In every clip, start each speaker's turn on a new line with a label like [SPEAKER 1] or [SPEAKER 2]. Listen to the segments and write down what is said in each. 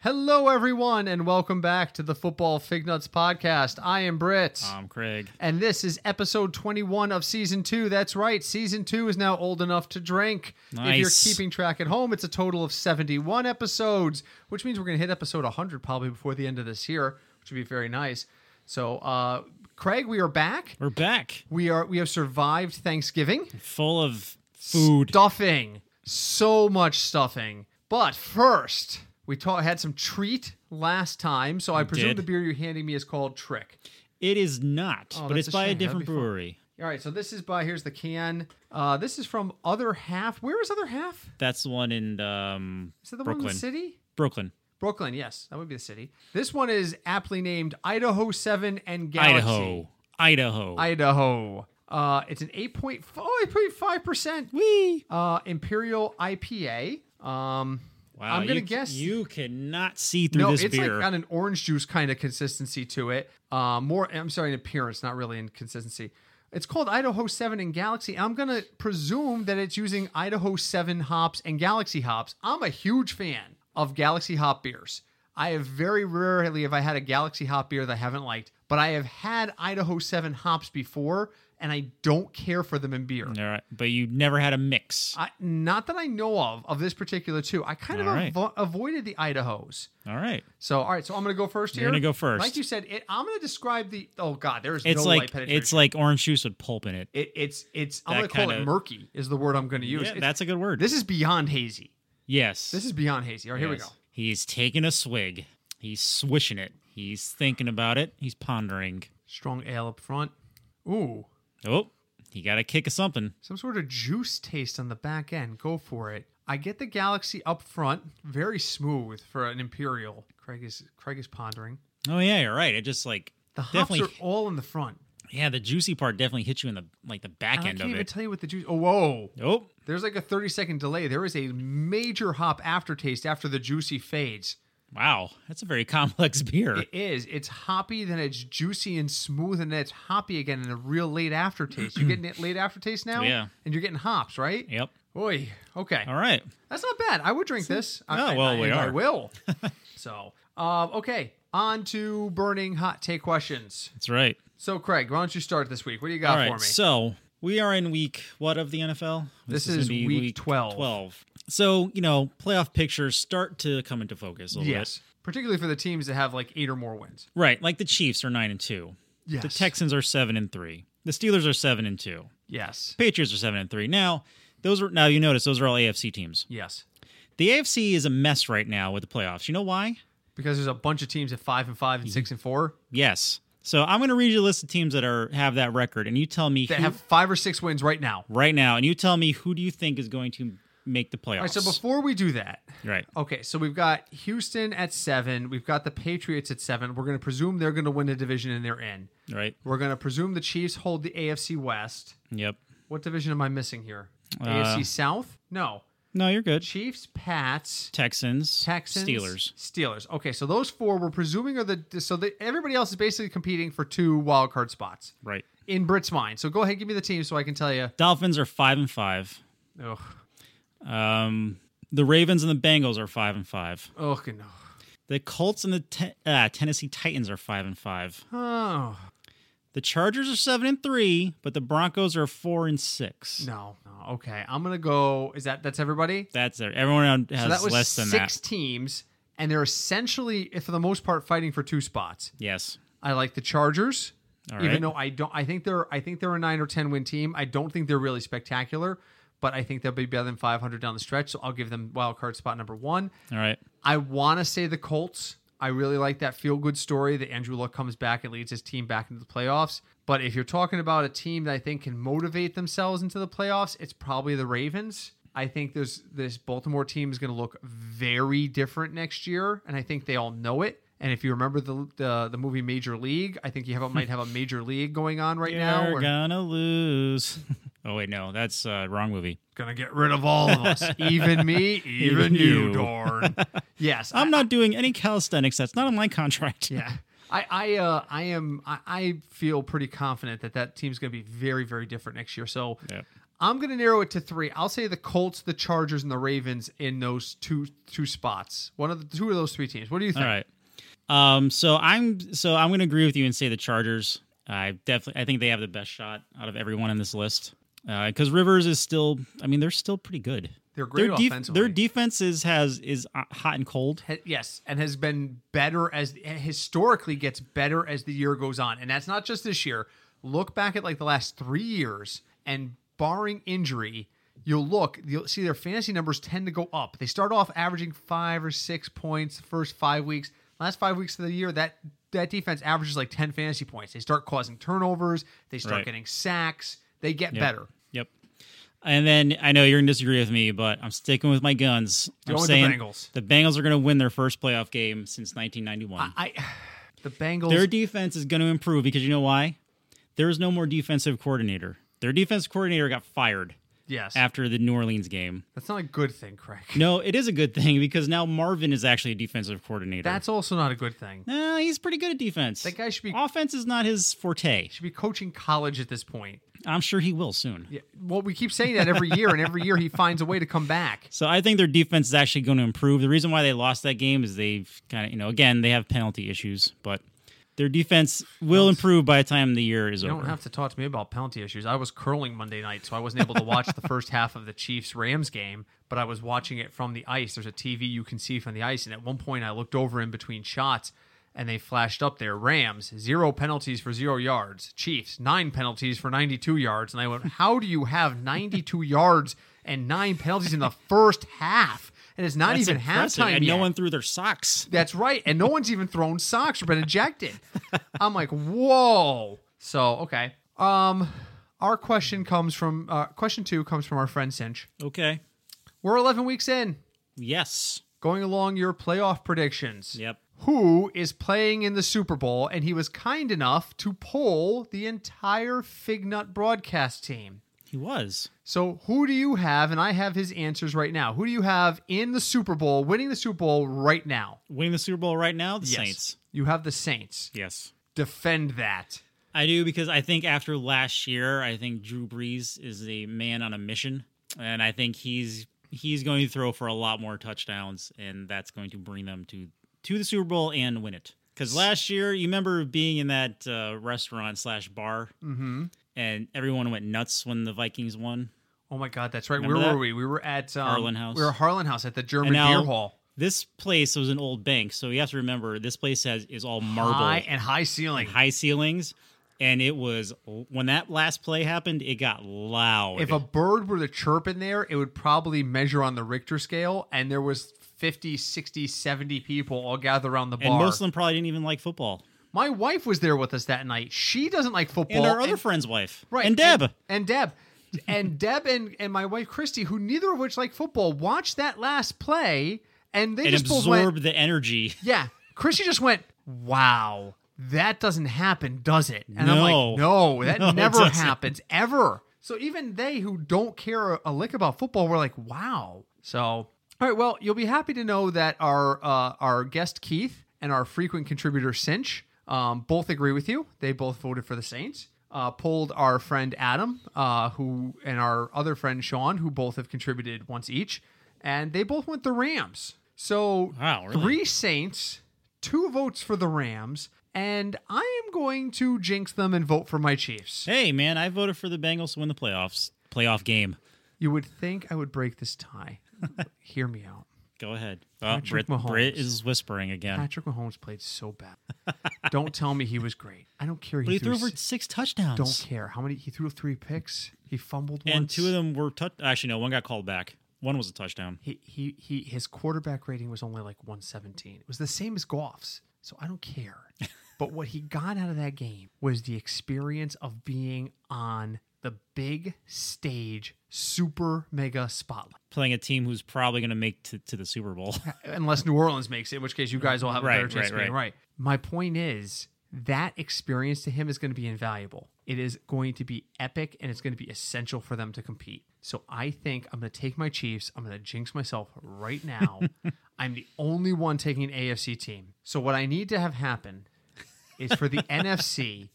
[SPEAKER 1] Hello, everyone, and welcome back to the Football Fig Nuts podcast. I am Britt,
[SPEAKER 2] I'm Um, Craig.
[SPEAKER 1] and this is episode 21 of season two. That's right, season two is now old enough to drink. If you're
[SPEAKER 2] Nice.
[SPEAKER 1] keeping track at home, it's a total of 71 episodes, which means we're going to hit episode 100 probably before the end of this year, which would be very nice. So, uh, Craig, we are back.
[SPEAKER 2] We're back,
[SPEAKER 1] We are we have survived Thanksgiving.
[SPEAKER 2] full of food.
[SPEAKER 1] Stuffing. So much stuffing. But first, we ta- had some treat last time, so I presume
[SPEAKER 2] did.
[SPEAKER 1] the beer you're handing me is called Trick.
[SPEAKER 2] It is not,
[SPEAKER 1] Oh,
[SPEAKER 2] but
[SPEAKER 1] that's
[SPEAKER 2] it's
[SPEAKER 1] a
[SPEAKER 2] by a
[SPEAKER 1] shame. That'd
[SPEAKER 2] different
[SPEAKER 1] be fun.
[SPEAKER 2] brewery.
[SPEAKER 1] All right, so this is by here's the can. Uh, this is from Other Half. Where is Other Half?
[SPEAKER 2] That's the one in um,
[SPEAKER 1] Is that the
[SPEAKER 2] Brooklyn.
[SPEAKER 1] one in the city?
[SPEAKER 2] Brooklyn,
[SPEAKER 1] Brooklyn, yes, that would be the city. This one is aptly named Idaho Seven and Galaxy.
[SPEAKER 2] Idaho, Idaho.
[SPEAKER 1] Idaho. Uh, it's an oh, 8.5 percent
[SPEAKER 2] Wee.
[SPEAKER 1] uh, Imperial IPA. Um,
[SPEAKER 2] Wow,
[SPEAKER 1] I'm gonna
[SPEAKER 2] you,
[SPEAKER 1] guess
[SPEAKER 2] you cannot see through
[SPEAKER 1] no,
[SPEAKER 2] this
[SPEAKER 1] it's
[SPEAKER 2] beer.
[SPEAKER 1] like got an orange juice kind of consistency to it. Uh, more, I'm sorry, in appearance, not really in consistency. It's called Idaho Seven and Galaxy. I'm gonna presume that it's using Idaho Seven hops and Galaxy hops. I'm a huge fan of Galaxy hop beers. I have very rarely have I had a Galaxy hop beer that I haven't liked, but I have had Idaho Seven hops before, and I don't care for them in beer.
[SPEAKER 2] All right, but you never had a mix.
[SPEAKER 1] I, not that I know of of this particular two. I kind
[SPEAKER 2] All
[SPEAKER 1] of
[SPEAKER 2] right.
[SPEAKER 1] avo- avoided the Idaho's.
[SPEAKER 2] All right,
[SPEAKER 1] So, all right. So I'm gonna go first here.
[SPEAKER 2] You're gonna go first.
[SPEAKER 1] Like you said, it, I'm gonna describe the. Oh God, there is
[SPEAKER 2] it's
[SPEAKER 1] no light
[SPEAKER 2] like
[SPEAKER 1] penetration.
[SPEAKER 2] it's like orange juice with pulp in it.
[SPEAKER 1] it, it's it's. I'm gonna
[SPEAKER 2] That
[SPEAKER 1] call it
[SPEAKER 2] kinda-
[SPEAKER 1] murky. Is the word I'm gonna use.
[SPEAKER 2] Yeah,
[SPEAKER 1] It's-
[SPEAKER 2] that's a good word.
[SPEAKER 1] this is beyond hazy.
[SPEAKER 2] yes,
[SPEAKER 1] This is beyond hazy. All right, here we
[SPEAKER 2] Yes.
[SPEAKER 1] go.
[SPEAKER 2] He's taking a swig. He's swishing it. He's thinking about it. He's pondering.
[SPEAKER 1] Strong ale up front. Ooh,
[SPEAKER 2] Oh, he got a kick of something.
[SPEAKER 1] some sort of juice taste on the back end. Go for it. I get the galaxy up front. Very smooth for an imperial. Craig is Craig is pondering.
[SPEAKER 2] Oh yeah, you're right. It just like
[SPEAKER 1] The hops
[SPEAKER 2] definitely
[SPEAKER 1] are all in the front.
[SPEAKER 2] Yeah, the juicy part definitely hits you in the like the back
[SPEAKER 1] And I
[SPEAKER 2] end
[SPEAKER 1] can't
[SPEAKER 2] of
[SPEAKER 1] even
[SPEAKER 2] it.
[SPEAKER 1] tell you what the juice. Oh, whoa.
[SPEAKER 2] oh,
[SPEAKER 1] There's like a 30 second delay. There is a major hop aftertaste after the juicy fades.
[SPEAKER 2] wow, that's a very complex beer.
[SPEAKER 1] It is. It's hoppy, then it's juicy and smooth, and then it's hoppy again in a real late aftertaste. You're getting it late aftertaste now?
[SPEAKER 2] Yeah.
[SPEAKER 1] And you're getting hops, right?
[SPEAKER 2] yep.
[SPEAKER 1] Oy. Okay.
[SPEAKER 2] All right.
[SPEAKER 1] That's not bad. I would drink this.
[SPEAKER 2] Oh,
[SPEAKER 1] I,
[SPEAKER 2] well,
[SPEAKER 1] I,
[SPEAKER 2] we
[SPEAKER 1] and I
[SPEAKER 2] are.
[SPEAKER 1] will. so, um, okay. On to burning hot take questions.
[SPEAKER 2] That's right.
[SPEAKER 1] So, Craig, why don't you start this week? What do you
[SPEAKER 2] All
[SPEAKER 1] got for
[SPEAKER 2] right.
[SPEAKER 1] me?
[SPEAKER 2] So we are in week what of the NFL?
[SPEAKER 1] This
[SPEAKER 2] gonna
[SPEAKER 1] is
[SPEAKER 2] be
[SPEAKER 1] week 12.
[SPEAKER 2] Twelve. So you know, playoff pictures start to come into focus a little
[SPEAKER 1] yes. Particularly for the teams that have like eight or more wins.
[SPEAKER 2] bit. Right. Like the Chiefs are nine and two.
[SPEAKER 1] Yes.
[SPEAKER 2] The Texans are seven and three. The Steelers are seven and two.
[SPEAKER 1] Yes.
[SPEAKER 2] Patriots are seven and three. Now those are now you notice those are all AFC teams.
[SPEAKER 1] Yes.
[SPEAKER 2] The AFC is a mess right now with the playoffs. You know why?
[SPEAKER 1] because there's a bunch of teams at five and five and six and four
[SPEAKER 2] Yes. So I'm going to read you a list of teams that are have that record, and you tell me
[SPEAKER 1] that
[SPEAKER 2] who,
[SPEAKER 1] have five or six wins right now.
[SPEAKER 2] right now, and you tell me who do you think is going to make the playoffs?
[SPEAKER 1] All right, so before we do that,
[SPEAKER 2] right.
[SPEAKER 1] okay, so we've got Houston at seven, we've got the Patriots at seven. We're going to presume they're going to win the division and they're in.
[SPEAKER 2] Right.
[SPEAKER 1] We're going to presume the Chiefs hold the AFC West.
[SPEAKER 2] Yep.
[SPEAKER 1] What division am I missing here?
[SPEAKER 2] Uh,
[SPEAKER 1] AFC South? No.
[SPEAKER 2] No, you're good.
[SPEAKER 1] Chiefs, Pats,
[SPEAKER 2] Texans,
[SPEAKER 1] Texans,
[SPEAKER 2] Steelers.
[SPEAKER 1] Steelers. Okay, so those four we're presuming are the so that everybody else is basically competing for two wild card spots
[SPEAKER 2] Right.
[SPEAKER 1] in Brit's mind. So go ahead, give me the team so I can tell you.
[SPEAKER 2] Dolphins are five and five.
[SPEAKER 1] Ugh,
[SPEAKER 2] Um, the Ravens and the Bengals are five and five.
[SPEAKER 1] ugh, no.
[SPEAKER 2] The Colts and the te- uh, Tennessee Titans are five and five.
[SPEAKER 1] Oh
[SPEAKER 2] The Chargers are seven and three, but the Broncos are four and six.
[SPEAKER 1] no, no. Okay, I'm gonna go. Is that that's everybody?
[SPEAKER 2] That's it. Everyone has
[SPEAKER 1] So that was
[SPEAKER 2] less than
[SPEAKER 1] six
[SPEAKER 2] that.
[SPEAKER 1] teams, and they're essentially, if for the most part, fighting for two spots.
[SPEAKER 2] Yes.
[SPEAKER 1] I like the Chargers,
[SPEAKER 2] All
[SPEAKER 1] even
[SPEAKER 2] right.
[SPEAKER 1] though I don't. I think they're. I think they're a nine or ten win team. I don't think they're really spectacular, but I think they'll be better than 500 down the stretch. So I'll give them wild card spot number one.
[SPEAKER 2] All right.
[SPEAKER 1] I want to say the Colts. I really like that feel good story that Andrew Luck comes back and leads his team back into the playoffs. But if you're talking about a team that I think can motivate themselves into the playoffs, it's probably the Ravens. I think there's this Baltimore team is going to look very different next year, and I think they all know it. And if you remember the the, the movie Major League, I think you have might have a major league going on right now.
[SPEAKER 2] You're
[SPEAKER 1] where-
[SPEAKER 2] gonna lose. oh wait, no, that's uh, wrong movie.
[SPEAKER 1] gonna get rid of all of us, even me, even
[SPEAKER 2] Even
[SPEAKER 1] you,
[SPEAKER 2] you.
[SPEAKER 1] darn. Yes,
[SPEAKER 2] I'm not doing any calisthenics. That's not in my contract.
[SPEAKER 1] Yeah. I I uh, I am I, I feel pretty confident that that team's going to be very very different next year. So
[SPEAKER 2] Yep.
[SPEAKER 1] I'm going to narrow it to three. I'll say the Colts, the Chargers, and the Ravens in those two two spots. One of the two of those three teams. What do you think?
[SPEAKER 2] All right. Um, so I'm so I'm going to agree with you and say the Chargers. I definitely I think they have the best shot out of everyone on this list because Rivers is still. I mean, they're still pretty good.
[SPEAKER 1] They're great
[SPEAKER 2] def-
[SPEAKER 1] offensively.
[SPEAKER 2] their defense is has is uh, hot and cold.
[SPEAKER 1] ha- yes, and has been better as historically gets better as the year goes on. And that's not just this year. Look back at like the last three years, and barring injury, you'll look, you'll see their fantasy numbers tend to go up. They start off averaging five or six points the first five weeks. Last five weeks of the year, that that defense averages like ten fantasy points. They start causing turnovers. They start
[SPEAKER 2] Right.
[SPEAKER 1] getting sacks. They get better.
[SPEAKER 2] Yep. And then I know you're going to disagree with me, but I'm sticking with my guns.
[SPEAKER 1] Go
[SPEAKER 2] I'm
[SPEAKER 1] with the
[SPEAKER 2] saying
[SPEAKER 1] Bengals.
[SPEAKER 2] the Bengals are going to win their first playoff game since 1991.
[SPEAKER 1] I, the Bengals.
[SPEAKER 2] Their defense is going to improve because you know why? There is no more defensive coordinator. Their defense coordinator got fired
[SPEAKER 1] yes,
[SPEAKER 2] after the New Orleans game.
[SPEAKER 1] that's not a good thing, Craig.
[SPEAKER 2] No, it is a good thing because now Marvin is actually a defensive coordinator.
[SPEAKER 1] That's also not a good thing.
[SPEAKER 2] Nah, he's pretty good at defense.
[SPEAKER 1] That guy should be-
[SPEAKER 2] offense is not his forte.
[SPEAKER 1] should be coaching college at this point.
[SPEAKER 2] I'm sure he will soon.
[SPEAKER 1] Yeah, Well, we keep saying that every year, and every year he finds a way to come back.
[SPEAKER 2] So I think their defense is actually going to improve. The reason why they lost that game is they've kind of, you know, again, they have penalty issues, but their defense will improve by the time the year is
[SPEAKER 1] You
[SPEAKER 2] over.
[SPEAKER 1] don't have to talk to me about penalty issues. I was curling Monday night, so I wasn't able to watch the first half of the Chiefs Rams game, but I was watching it from the ice. There's a TV you can see from the ice, and at one point I looked over in between shots and they flashed up there Rams, zero penalties for zero yards. Chiefs, nine penalties for 92 yards. And I went, How do you have 92 yards and nine penalties in the first half? And it's not
[SPEAKER 2] That's
[SPEAKER 1] even
[SPEAKER 2] impressive,
[SPEAKER 1] halftime
[SPEAKER 2] and
[SPEAKER 1] yet.
[SPEAKER 2] no one threw their socks.
[SPEAKER 1] That's right. And no one's even thrown socks or been ejected. I'm like, whoa. So, okay. Um, our question comes from uh, question two comes from our friend Cinch.
[SPEAKER 2] Okay.
[SPEAKER 1] We're 11 weeks in,
[SPEAKER 2] Yes.
[SPEAKER 1] going along your playoff predictions.
[SPEAKER 2] Yep.
[SPEAKER 1] Who is playing in the Super Bowl? And he was kind enough to poll the entire Fignut broadcast team.
[SPEAKER 2] He was.
[SPEAKER 1] So, who do you have? And I have his answers right now. Who do you have in the Super Bowl, winning the Super Bowl right now?
[SPEAKER 2] Winning the Super Bowl right now, the
[SPEAKER 1] Yes.
[SPEAKER 2] Saints.
[SPEAKER 1] You have the Saints.
[SPEAKER 2] Yes.
[SPEAKER 1] Defend that.
[SPEAKER 2] I do because I think after last year, I think Drew Brees is a man on a mission, and I think he's he's going to throw for a lot more touchdowns, and that's going to bring them to to the Super Bowl and win it. Because last year, you remember being in that uh, restaurant slash bar,
[SPEAKER 1] Mm-hmm.
[SPEAKER 2] and everyone went nuts when the Vikings won.
[SPEAKER 1] Oh my God, that's right.
[SPEAKER 2] Remember
[SPEAKER 1] Where
[SPEAKER 2] that?
[SPEAKER 1] were we? We were at um,
[SPEAKER 2] Harlan House.
[SPEAKER 1] We were at Harlan House at the German
[SPEAKER 2] And now-
[SPEAKER 1] Beer Hall.
[SPEAKER 2] This place was an old bank, so you have to remember this place has is all marble,
[SPEAKER 1] High and high ceiling.
[SPEAKER 2] high ceilings, and it was when that last play happened, it got loud.
[SPEAKER 1] If a bird were to chirp in there, it would probably measure on the Richter scale, and there was 50, 60, 70 people all gathered around the bar.
[SPEAKER 2] and most of them probably didn't even like football.
[SPEAKER 1] my wife was there with us that night. She doesn't like football.
[SPEAKER 2] and our other friend's wife,
[SPEAKER 1] right,
[SPEAKER 2] And Deb.
[SPEAKER 1] And, and Deb. and Deb and, and my wife Christy, who neither of which like football, watched that last play, and they
[SPEAKER 2] and
[SPEAKER 1] just both went,
[SPEAKER 2] absorb the energy.
[SPEAKER 1] Yeah. Chrissy just went, wow, that doesn't happen, does it? And I'm
[SPEAKER 2] No.
[SPEAKER 1] like, no, that
[SPEAKER 2] No, it
[SPEAKER 1] never
[SPEAKER 2] doesn't.
[SPEAKER 1] happens, ever. So even they who don't care a lick about football were like, wow. So, all right, well, you'll be happy to know that our, uh, our guest Keith and our frequent contributor Cinch um, both agree with you. They both voted for the Saints. Uh, pulled our friend Adam, uh, who and our other friend Sean, who both have contributed once each, and they both went the Rams. So
[SPEAKER 2] Wow, really?
[SPEAKER 1] three Saints, two votes for the Rams, and I am going to jinx them and vote for my Chiefs.
[SPEAKER 2] Hey, man, I voted for the Bengals to win the playoffs playoff game.
[SPEAKER 1] You would think I would break this tie. Hear me out.
[SPEAKER 2] Go ahead. Oh,
[SPEAKER 1] Patrick
[SPEAKER 2] Brit, Brit
[SPEAKER 1] Mahomes.
[SPEAKER 2] is whispering again.
[SPEAKER 1] Patrick Mahomes played so bad. Don't tell me he was great. I don't care.
[SPEAKER 2] but he threw
[SPEAKER 1] s-
[SPEAKER 2] over six touchdowns.
[SPEAKER 1] Don't care how many he threw. Three picks. He fumbled
[SPEAKER 2] and
[SPEAKER 1] once.
[SPEAKER 2] two of them were touch. Actually, no, one got called back. One was a touchdown.
[SPEAKER 1] He he he. His quarterback rating was only like 117. It was the same as Goff's. So I don't care. but what he got out of that game was the experience of being on the big stage, super mega spotlight.
[SPEAKER 2] Playing a team who's probably going to make to, to the Super Bowl.
[SPEAKER 1] unless New Orleans makes it, in which case you guys all have a
[SPEAKER 2] Right,
[SPEAKER 1] better chance of
[SPEAKER 2] right,
[SPEAKER 1] being right. My point is that experience to him is going to be invaluable. It is going to be epic and it's going to be essential for them to compete. So I think I'm going to take my Chiefs. I'm going to jinx myself right now. I'm the only one taking an AFC team. So what I need to have happen is for the NFC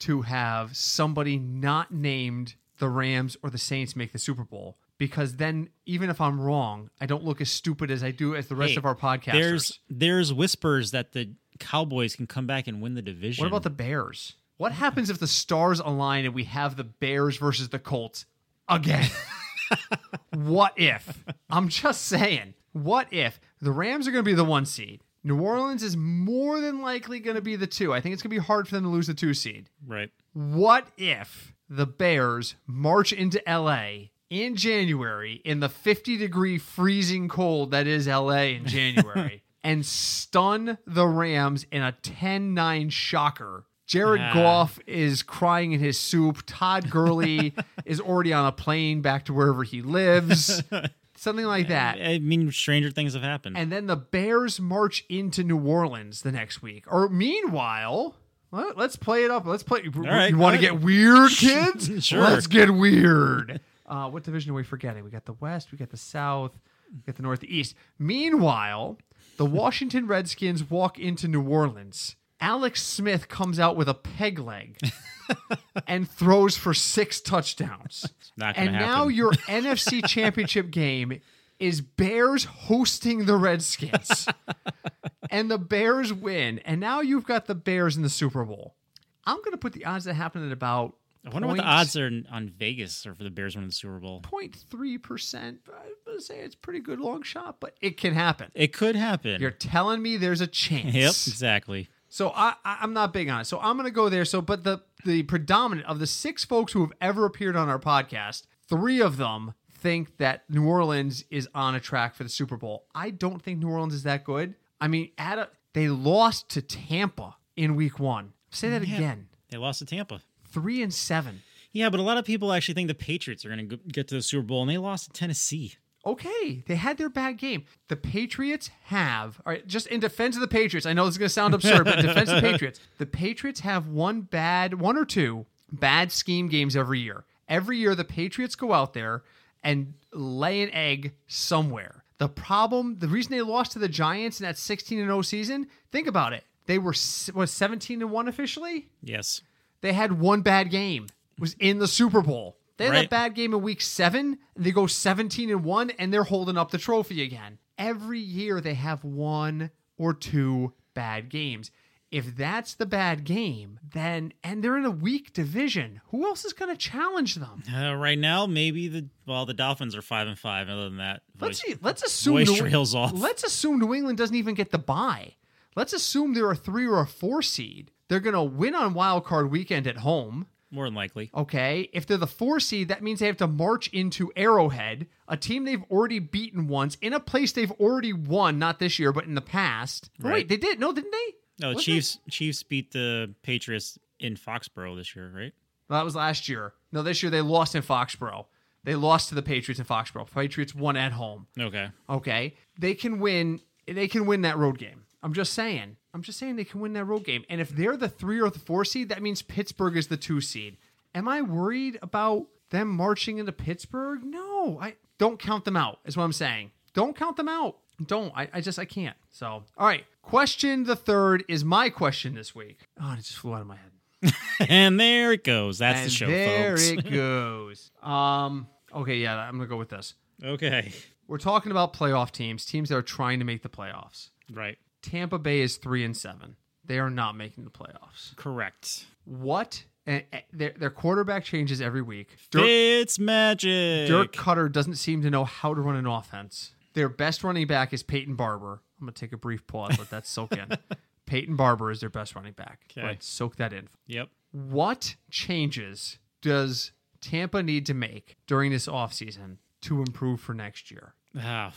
[SPEAKER 1] to have somebody not named the Rams or the Saints make the Super Bowl because then even if I'm wrong, I don't look as stupid as I do as the rest
[SPEAKER 2] Hey,
[SPEAKER 1] of our podcasters.
[SPEAKER 2] There's there's whispers that the Cowboys can come back and win the division.
[SPEAKER 1] what about the Bears? What happens if the stars align and we have the Bears versus the Colts again? what if? I'm just saying. What if the Rams are going to be the one seed? New Orleans is more than likely going to be the two. I think it's going to be hard for them to lose the two seed.
[SPEAKER 2] right?
[SPEAKER 1] What if the Bears march into LA in January in the 50 degree freezing cold that is LA in January and stun the Rams in a 10 9 shocker? Jared
[SPEAKER 2] Ah.
[SPEAKER 1] Goff is crying in his soup. Todd Gurley is already on a plane back to wherever he lives. Something like that.
[SPEAKER 2] I mean, stranger things have happened.
[SPEAKER 1] And then the Bears march into New Orleans the next week. Or meanwhile, let, us play it up. Let's play. You,
[SPEAKER 2] right,
[SPEAKER 1] want to
[SPEAKER 2] go
[SPEAKER 1] get weird, kids?
[SPEAKER 2] Sure.
[SPEAKER 1] Let's get weird. Uh, what division are we forgetting? We got the West, we got the South, we got the Northeast. Meanwhile, the Washington Redskins walk into New Orleans. Alex Smith comes out with a peg leg and throws for six touchdowns.
[SPEAKER 2] Not gonna
[SPEAKER 1] And now
[SPEAKER 2] happen.
[SPEAKER 1] your NFC Championship game is Bears hosting the Redskins. and the Bears win. And now you've got the Bears in the Super Bowl. I'm going to put the odds that happened at about
[SPEAKER 2] I wonder what the odds are in- on Vegas or for the Bears winning the Super Bowl.
[SPEAKER 1] 0.3%. I would say it's a pretty good long shot, but it can happen.
[SPEAKER 2] It could happen.
[SPEAKER 1] You're telling me there's a chance.
[SPEAKER 2] yep, exactly.
[SPEAKER 1] So I, I I'm not big on it. So I'm gonna go there. So but the the predominant of the six folks who have ever appeared on our podcast, three of them think that New Orleans is on a track for the Super Bowl. I don't think New Orleans is that good. I mean, at a, they lost to Tampa in Week One. Say that again.
[SPEAKER 2] They lost to Tampa.
[SPEAKER 1] Three and seven.
[SPEAKER 2] Yeah, but a lot of people actually think the Patriots are going to get to the Super Bowl, and they lost to Tennessee.
[SPEAKER 1] okay, they had their bad game. The Patriots have, all right, just in defense of the Patriots, I know this is going to sound absurd, but in defense of the Patriots, the Patriots have one bad, one or two bad scheme games every year. Every year, the Patriots go out there and lay an egg somewhere. The problem, the reason they lost to the Giants in that 16 and 0 season, think about it. They were s- was 17 and 1 officially.
[SPEAKER 2] Yes,
[SPEAKER 1] They had one bad game. It was in the Super Bowl. They had a
[SPEAKER 2] Right.
[SPEAKER 1] bad game in week seven. And they go 17 and one, and they're holding up the trophy again. Every year they have one or two bad games. If that's the bad game, then and they're in a weak division. Who else is going to challenge them?
[SPEAKER 2] uh, right now maybe the well the Dolphins are five and five. Other than that,
[SPEAKER 1] Let's
[SPEAKER 2] voice-
[SPEAKER 1] see. Let's assume.
[SPEAKER 2] voice trails off.
[SPEAKER 1] Let's assume New England doesn't even get the bye. Let's assume they're a three or a four seed. They're going to win on Wild Card Weekend at home.
[SPEAKER 2] more than likely.
[SPEAKER 1] Okay, if they're the four seed, that means they have to march into Arrowhead, a team they've already beaten once in a place they've already won, not this year, but in the past. Oh, Wait,
[SPEAKER 2] Right.
[SPEAKER 1] they did? No, didn't they?
[SPEAKER 2] No, the
[SPEAKER 1] Wasn't
[SPEAKER 2] Chiefs Chiefs beat the Patriots in Foxborough this year, right?
[SPEAKER 1] it- Well, that was last year. No, this year they lost in Foxborough. They lost to the Patriots in Foxborough. Patriots won at home.
[SPEAKER 2] Okay.
[SPEAKER 1] Okay, they can win. They can win that road game. I'm just saying. I'm just saying they can win that road game. And if they're the three or the four seed, that means Pittsburgh is the two seed. Am I worried about them marching into Pittsburgh? No, I don't count them out. Is what I'm saying. Don't count them out. Don't. I, I just I can't. So all right. Question the third is my question this week. Oh, it just flew out of my head.
[SPEAKER 2] And there it goes. That's
[SPEAKER 1] and
[SPEAKER 2] the show,
[SPEAKER 1] there
[SPEAKER 2] folks.
[SPEAKER 1] it goes. Um. Okay. Yeah. I'm gonna go with this.
[SPEAKER 2] Okay.
[SPEAKER 1] We're talking about playoff teams, teams that are trying to make the playoffs.
[SPEAKER 2] Right.
[SPEAKER 1] Tampa Bay is three and seven. They are not making the playoffs.
[SPEAKER 2] Correct.
[SPEAKER 1] What? And, and their, their quarterback changes every week. Dirk,
[SPEAKER 2] It's magic.
[SPEAKER 1] Dirk Cutter doesn't seem to know how to run an offense. Their best running back is Peyton Barber. I'm going to take a brief pause, let that soak in. Peyton Barber is their best running back.
[SPEAKER 2] Okay.
[SPEAKER 1] Right, soak that in.
[SPEAKER 2] Yep.
[SPEAKER 1] What changes does Tampa need to make during this offseason to improve for next year?
[SPEAKER 2] Ah,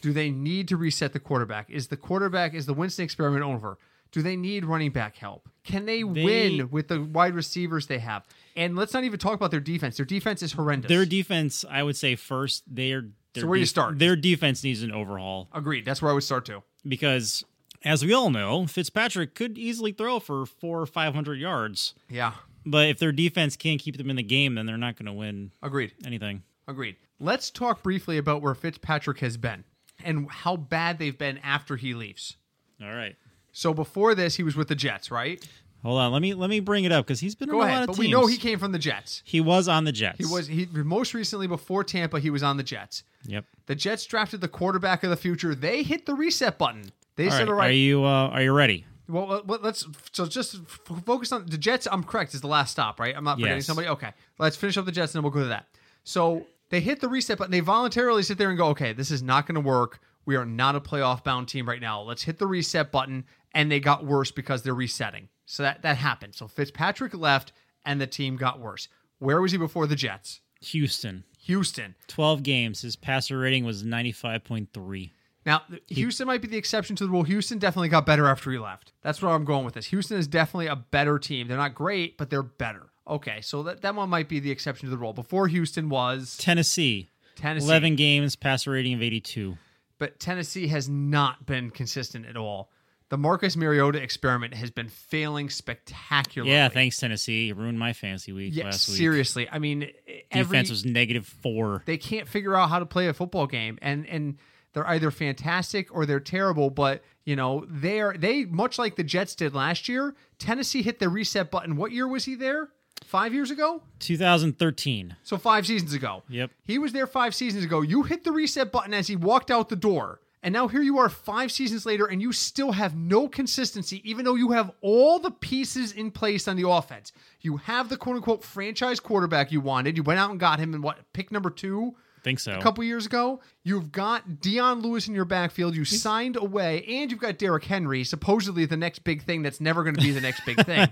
[SPEAKER 1] Do they need to reset the quarterback? Is the quarterback is the Winston experiment over? Do they need running back help? Can they, win with the wide receivers they have? And let's not even talk about their defense. Their defense is horrendous.
[SPEAKER 2] their defense, I would say first, their, their
[SPEAKER 1] So where do you
[SPEAKER 2] def-
[SPEAKER 1] start?
[SPEAKER 2] Their defense needs an overhaul
[SPEAKER 1] Agreed. That's where I would start to.
[SPEAKER 2] because, as we all know, Fitzpatrick could easily throw for four or five hundred yards.
[SPEAKER 1] Yeah.
[SPEAKER 2] But if their defense can't keep them in the game, then they're not going to win
[SPEAKER 1] Agreed.
[SPEAKER 2] anything.
[SPEAKER 1] Agreed. Let's talk briefly about where Fitzpatrick has been and how bad they've been after he leaves.
[SPEAKER 2] All right.
[SPEAKER 1] So before this, he was with the Jets, right?
[SPEAKER 2] Hold on, let me let me bring it up because he's been
[SPEAKER 1] Go
[SPEAKER 2] on a
[SPEAKER 1] ahead.
[SPEAKER 2] lot
[SPEAKER 1] But
[SPEAKER 2] of
[SPEAKER 1] we
[SPEAKER 2] teams.
[SPEAKER 1] know he came from the Jets.
[SPEAKER 2] He was on the Jets.
[SPEAKER 1] He was he most recently before Tampa, he was on the Jets.
[SPEAKER 2] Yep.
[SPEAKER 1] The Jets drafted the quarterback of the future. They hit the reset button. They
[SPEAKER 2] All
[SPEAKER 1] said,
[SPEAKER 2] right.
[SPEAKER 1] "All
[SPEAKER 2] Are
[SPEAKER 1] right,
[SPEAKER 2] you uh, are you ready?
[SPEAKER 1] well, well, well, let's so just f- focus on the Jets." I'm correct. Is the last stop right? I'm not forgetting
[SPEAKER 2] Yes.
[SPEAKER 1] somebody. Okay, let's finish up the Jets, and then we'll go to that. So they hit the reset button. They voluntarily sit there and go, "Okay, this is not going to work. We are not a playoff bound team right now. Let's hit the reset button." And they got worse because they're resetting. So that that happened. So Fitzpatrick left, and the team got worse. Where was he before the Jets?
[SPEAKER 2] Houston,
[SPEAKER 1] Houston.
[SPEAKER 2] twelve games. His passer rating was ninety five point three.
[SPEAKER 1] Now, th- Houston might be the exception to the rule. Houston definitely got better after he left. That's where I'm going with this. Houston is definitely a better team. They're not great, but they're better. Okay, so that, that one might be the exception to the rule. Before Houston was
[SPEAKER 2] Tennessee,
[SPEAKER 1] Tennessee.
[SPEAKER 2] eleven games, passer rating of eighty two.
[SPEAKER 1] But Tennessee has not been consistent at all. The Marcus Mariota experiment has been failing spectacularly.
[SPEAKER 2] Yeah, thanks Tennessee. You ruined my fantasy week
[SPEAKER 1] Yeah,
[SPEAKER 2] last week.
[SPEAKER 1] seriously. I mean, every,
[SPEAKER 2] Defense was negative four.
[SPEAKER 1] they can't figure out how to play a football game and and they're either fantastic or they're terrible but you know they are they much like the jets did last year tennessee hit the reset button what year was he there five years ago
[SPEAKER 2] 2013.
[SPEAKER 1] so five seasons ago
[SPEAKER 2] Yep.
[SPEAKER 1] he was there five seasons ago you hit the reset button as he walked out the door and now here you are five seasons later and you still have no consistency even though you have all the pieces in place on the offense you have the quote-unquote franchise quarterback you wanted you went out and got him in what pick number two
[SPEAKER 2] think so.
[SPEAKER 1] a couple years ago. You've got Dion Lewis in your backfield. You signed away, and you've got Derrick Henry, supposedly the next big thing that's never going to be the next big thing.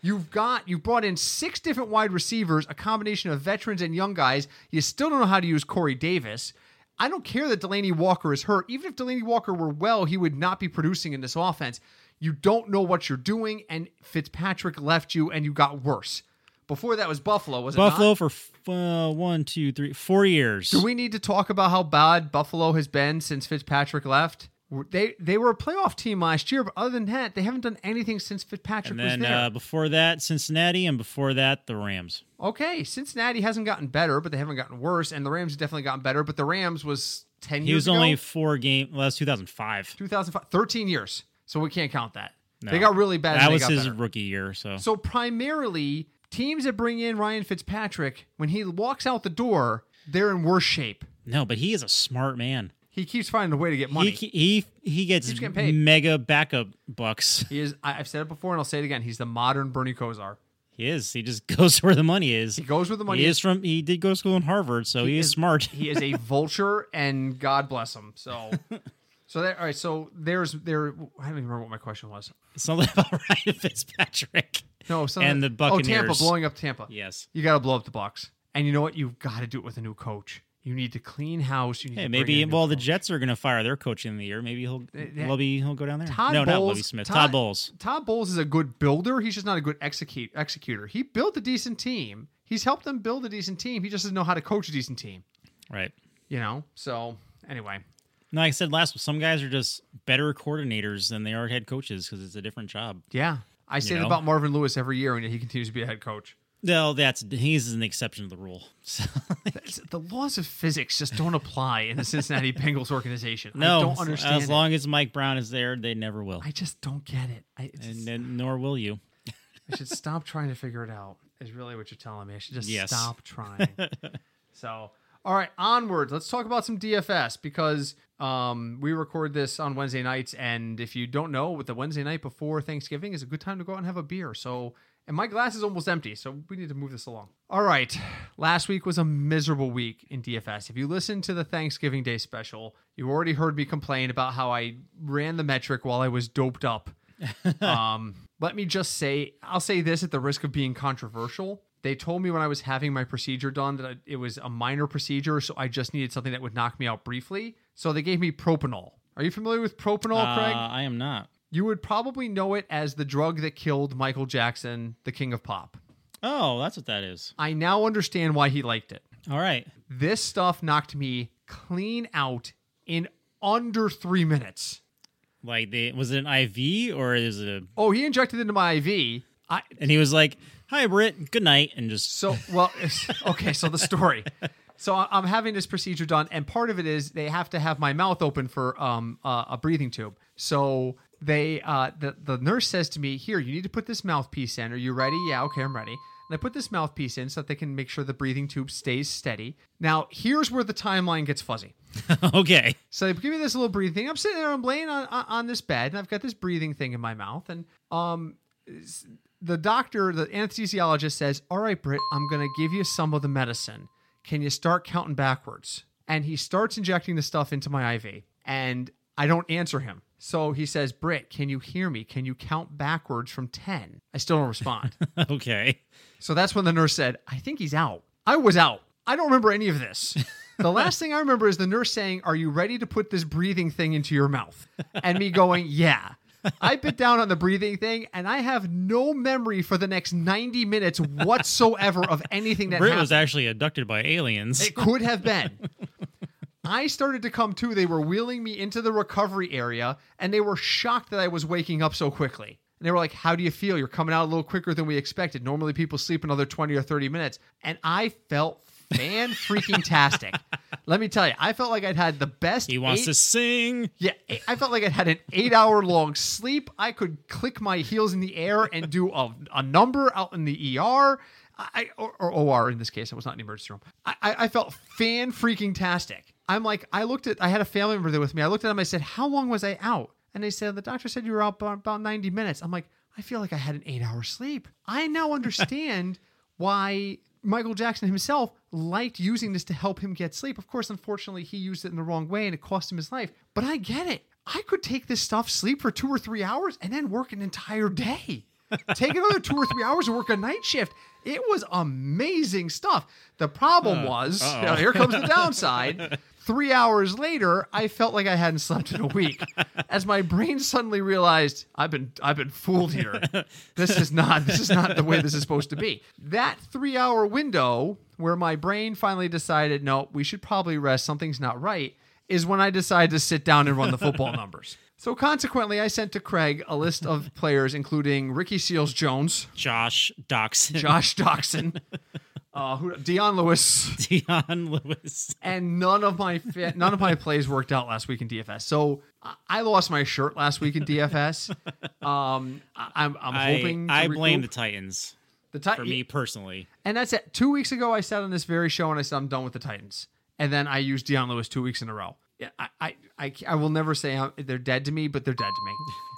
[SPEAKER 1] You've got you've brought in six different wide receivers, a combination of veterans and young guys. You still don't know how to use Corey Davis. I don't care that Delaney Walker is hurt. Even if Delaney Walker were well, he would not be producing in this offense. You don't know what you're doing, and Fitzpatrick left you, and you got worse. Before that was Buffalo, was it not?
[SPEAKER 2] Buffalo for f- uh, one, two, three, four years.
[SPEAKER 1] Do we need to talk about how bad Buffalo has been since Fitzpatrick left? They they were a playoff team last year, but other than that, they haven't done anything since Fitzpatrick
[SPEAKER 2] and
[SPEAKER 1] was
[SPEAKER 2] then
[SPEAKER 1] there.
[SPEAKER 2] uh, before that, Cincinnati, and before that, the Rams.
[SPEAKER 1] okay, Cincinnati hasn't gotten better, but they haven't gotten worse, and the Rams have definitely gotten better, but the Rams was ten
[SPEAKER 2] He
[SPEAKER 1] years
[SPEAKER 2] was
[SPEAKER 1] ago,
[SPEAKER 2] only four game. Well, that's 2005.
[SPEAKER 1] 2005, 13 years, so we can't count that.
[SPEAKER 2] No.
[SPEAKER 1] They got really bad. and
[SPEAKER 2] That
[SPEAKER 1] they
[SPEAKER 2] was
[SPEAKER 1] got
[SPEAKER 2] his
[SPEAKER 1] better.
[SPEAKER 2] rookie year. So
[SPEAKER 1] So primarily, teams that bring in Ryan Fitzpatrick when he walks out the door, they're in worse shape.
[SPEAKER 2] no, but he is a smart man.
[SPEAKER 1] He keeps finding a way to get money.
[SPEAKER 2] He, he he gets
[SPEAKER 1] Keeps getting paid.
[SPEAKER 2] mega backup bucks.
[SPEAKER 1] He is. I- I've said it before, and I'll say it again. He's the modern Bernie Kosar.
[SPEAKER 2] He is. He just goes where the money is.
[SPEAKER 1] He goes where the money
[SPEAKER 2] He
[SPEAKER 1] is.
[SPEAKER 2] is from. He did go to school in Harvard, so he, is, smart.
[SPEAKER 1] He is a vulture, and God bless him. So, so there. All right. So there's there. I don't even remember what my question was.
[SPEAKER 2] Something about Ryan Fitzpatrick.
[SPEAKER 1] No, some
[SPEAKER 2] And the
[SPEAKER 1] Oh, Tampa
[SPEAKER 2] Buccaneers.
[SPEAKER 1] blowing up Tampa.
[SPEAKER 2] Yes.
[SPEAKER 1] You got to blow up the Bucks, and you know what? You've got to do it with a new coach. You need to clean house. You need
[SPEAKER 2] Hey,
[SPEAKER 1] to bring
[SPEAKER 2] maybe
[SPEAKER 1] in a new
[SPEAKER 2] well the
[SPEAKER 1] coach.
[SPEAKER 2] Jets are going to fire their coach in the year. Maybe he'll
[SPEAKER 1] yeah.
[SPEAKER 2] Lovey he'll go down there.
[SPEAKER 1] Todd
[SPEAKER 2] no, not
[SPEAKER 1] Bowles-
[SPEAKER 2] Lovey Smith.
[SPEAKER 1] Todd-
[SPEAKER 2] Todd, Bowles.
[SPEAKER 1] Todd Bowles is a good builder. He's just not a good execute executor. He built a decent team. He's helped them build a decent team. He just doesn't know how to coach a decent team.
[SPEAKER 2] Right.
[SPEAKER 1] You know. So anyway,
[SPEAKER 2] No, like I said last. Some guys are just better coordinators than they are head coaches because it's a different job.
[SPEAKER 1] Yeah. I say that
[SPEAKER 2] know?
[SPEAKER 1] about Marvin Lewis every year, and yet he continues to be a head coach.
[SPEAKER 2] No, that's he's an exception to the rule. So,
[SPEAKER 1] That's- the laws of physics just don't apply in the Cincinnati Bengals organization.
[SPEAKER 2] no,
[SPEAKER 1] I don't understand.
[SPEAKER 2] As
[SPEAKER 1] it.
[SPEAKER 2] long as Mike Brown is there, they never will,
[SPEAKER 1] I just don't get it. I, it's-
[SPEAKER 2] and then, nor will you.
[SPEAKER 1] I should stop trying to figure it out. Is really what you're telling me. I should just
[SPEAKER 2] Yes.
[SPEAKER 1] stop trying. so, all right, onwards. Let's talk about some DFS because um, we record this on Wednesday nights, and if you don't know, with the Wednesday night before Thanksgiving is a good time to go out and have a beer. So, and my glass is almost empty, so we need to move this along. All right, last week was a miserable week in DFS. If you listened to the Thanksgiving Day special, you already heard me complain about how I ran the metric while I was doped up um, let me just say, I'll say this at the risk of being controversial. They told me when I was having my procedure done that I- it was a minor procedure, so I just needed something that would knock me out briefly. So they gave me propanol. Are you familiar with propanol,
[SPEAKER 2] Uh,
[SPEAKER 1] Craig?
[SPEAKER 2] I am not.
[SPEAKER 1] You would probably know it as the drug that killed Michael Jackson, the king of pop.
[SPEAKER 2] Oh, that's what that is.
[SPEAKER 1] I now understand why he liked it.
[SPEAKER 2] All right.
[SPEAKER 1] This stuff knocked me clean out in under three minutes.
[SPEAKER 2] Like they was it an IV or is it a?
[SPEAKER 1] Oh, he injected it into my IV. I,
[SPEAKER 2] And he was like, "Hi, Britt. Good night," and just
[SPEAKER 1] So, well, it's- okay, so the story. So I- I'm having this procedure done, and part of it is they have to have my mouth open for um, uh, a breathing tube. So they uh, the the nurse says to me, "Here, you need to put this mouthpiece in. Are you ready? Yeah, okay, I'm ready." And I put this mouthpiece in so that they can make sure the breathing tube stays steady. Now, here's where the timeline gets fuzzy.
[SPEAKER 2] okay.
[SPEAKER 1] So they give me this little breathing thing. I'm sitting there, I'm laying on on- on this bed, and I've got this breathing thing in my mouth. And um, s- the doctor, the anesthesiologist says, "All right, Britt, I'm gonna give you some of the medicine. Can you start counting backwards?" And he starts injecting the stuff into my IV, and I don't answer him. So he says, "Britt, can you hear me? Can you count backwards from ten? I still don't respond.
[SPEAKER 2] Okay.
[SPEAKER 1] So that's when the nurse said, I think he's out. I was out. I don't remember any of this. The last thing I remember is the nurse saying, Are you ready to put this breathing thing into your mouth? And me going, Yeah. I bit down on the breathing thing and I have no memory for the next 90 minutes whatsoever of anything that
[SPEAKER 2] Britt
[SPEAKER 1] happened.
[SPEAKER 2] was actually abducted by aliens.
[SPEAKER 1] It could have been. I started to come to. They were wheeling me into the recovery area, and they were shocked that I was waking up so quickly. And they were like, How do you feel? You're coming out a little quicker than we expected. Normally, people sleep another 20 or 30 minutes. And I felt fan freaking tastic. Let me tell you, I felt like I'd had the best.
[SPEAKER 2] he wants
[SPEAKER 1] eight-
[SPEAKER 2] to sing.
[SPEAKER 1] yeah, I- I felt like I had an eight hour long sleep. I could click my heels in the air and do a, a number out in the ER. I, or, or OR in this case, I was not in the emergency room. I, I I felt fan freaking tastic. I'm like, I looked at, I had a family member there with me. I looked at him, I said, How long was I out? And they said, The doctor said you were out about, about 90 minutes. I'm like, I feel like I had an eight hour sleep. I now understand why Michael Jackson himself liked using this to help him get sleep. Of course, unfortunately, he used it in the wrong way and it cost him his life. But I get it. I could take this stuff, sleep for two or three hours, and then work an entire day. Take another two or three hours and work a night shift. It was amazing stuff. The problem was, now here comes the downside. Three hours later, I felt like I hadn't slept in a week, as my brain suddenly realized I've been I've been fooled here. This is not this is not the way this is supposed to be. That three hour window where my brain finally decided, no, we should probably rest. Something's not right. Is when I decided to sit down and run the football numbers. So consequently, I sent to Craig a list of players, including Ricky Seals Jones,
[SPEAKER 2] Josh Doxson.
[SPEAKER 1] Josh Doxson, uh, who, Dion Lewis,
[SPEAKER 2] Dion Lewis.
[SPEAKER 1] and none of my fa- none of my plays worked out last week in DFS. So I- I lost my shirt last week in DFS. Um, I- I'm, I'm
[SPEAKER 2] I,
[SPEAKER 1] hoping to
[SPEAKER 2] I blame the
[SPEAKER 1] recoup.
[SPEAKER 2] Titans
[SPEAKER 1] the, Ti-
[SPEAKER 2] for me personally.
[SPEAKER 1] and that's it. Two weeks ago, I sat on this very show and I said I'm done with the Titans, and then I used Deion Lewis two weeks in a row. Yeah, I I, I, ca- I will never say i they're dead to me, but they're dead to me.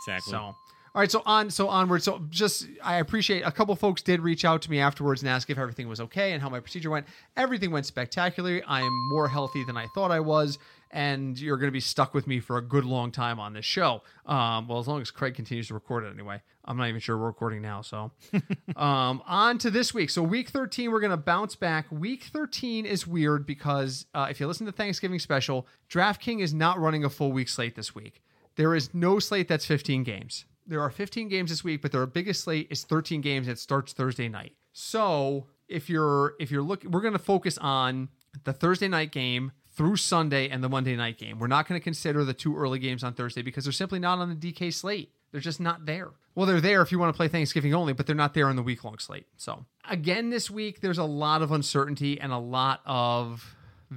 [SPEAKER 2] Exactly.
[SPEAKER 1] So, all right. So on, so onward. So just, I appreciate a couple folks did reach out to me afterwards and ask if everything was okay and how my procedure went. Everything went spectacularly. I am more healthy than I thought I was, and you're going to be stuck with me for a good long time on this show. Um, well, as long as Craig continues to record it anyway. I'm not even sure we're recording now. So, um, on to this week. So week 13, we're going to bounce back. Week 13 is weird because uh, if you listen to Thanksgiving special, DraftKings is not running a full week slate this week. There is no slate that's 15 games. There are 15 games this week, but their biggest slate is 13 games that starts Thursday night. So if you're if you're looking, we're going to focus on the Thursday night game through Sunday and the Monday night game. We're not going to consider the two early games on Thursday because they're simply not on the DK slate. They're just not there. Well, they're there if you want to play Thanksgiving only, but they're not there on the week long slate. So again, this week there's a lot of uncertainty and a lot of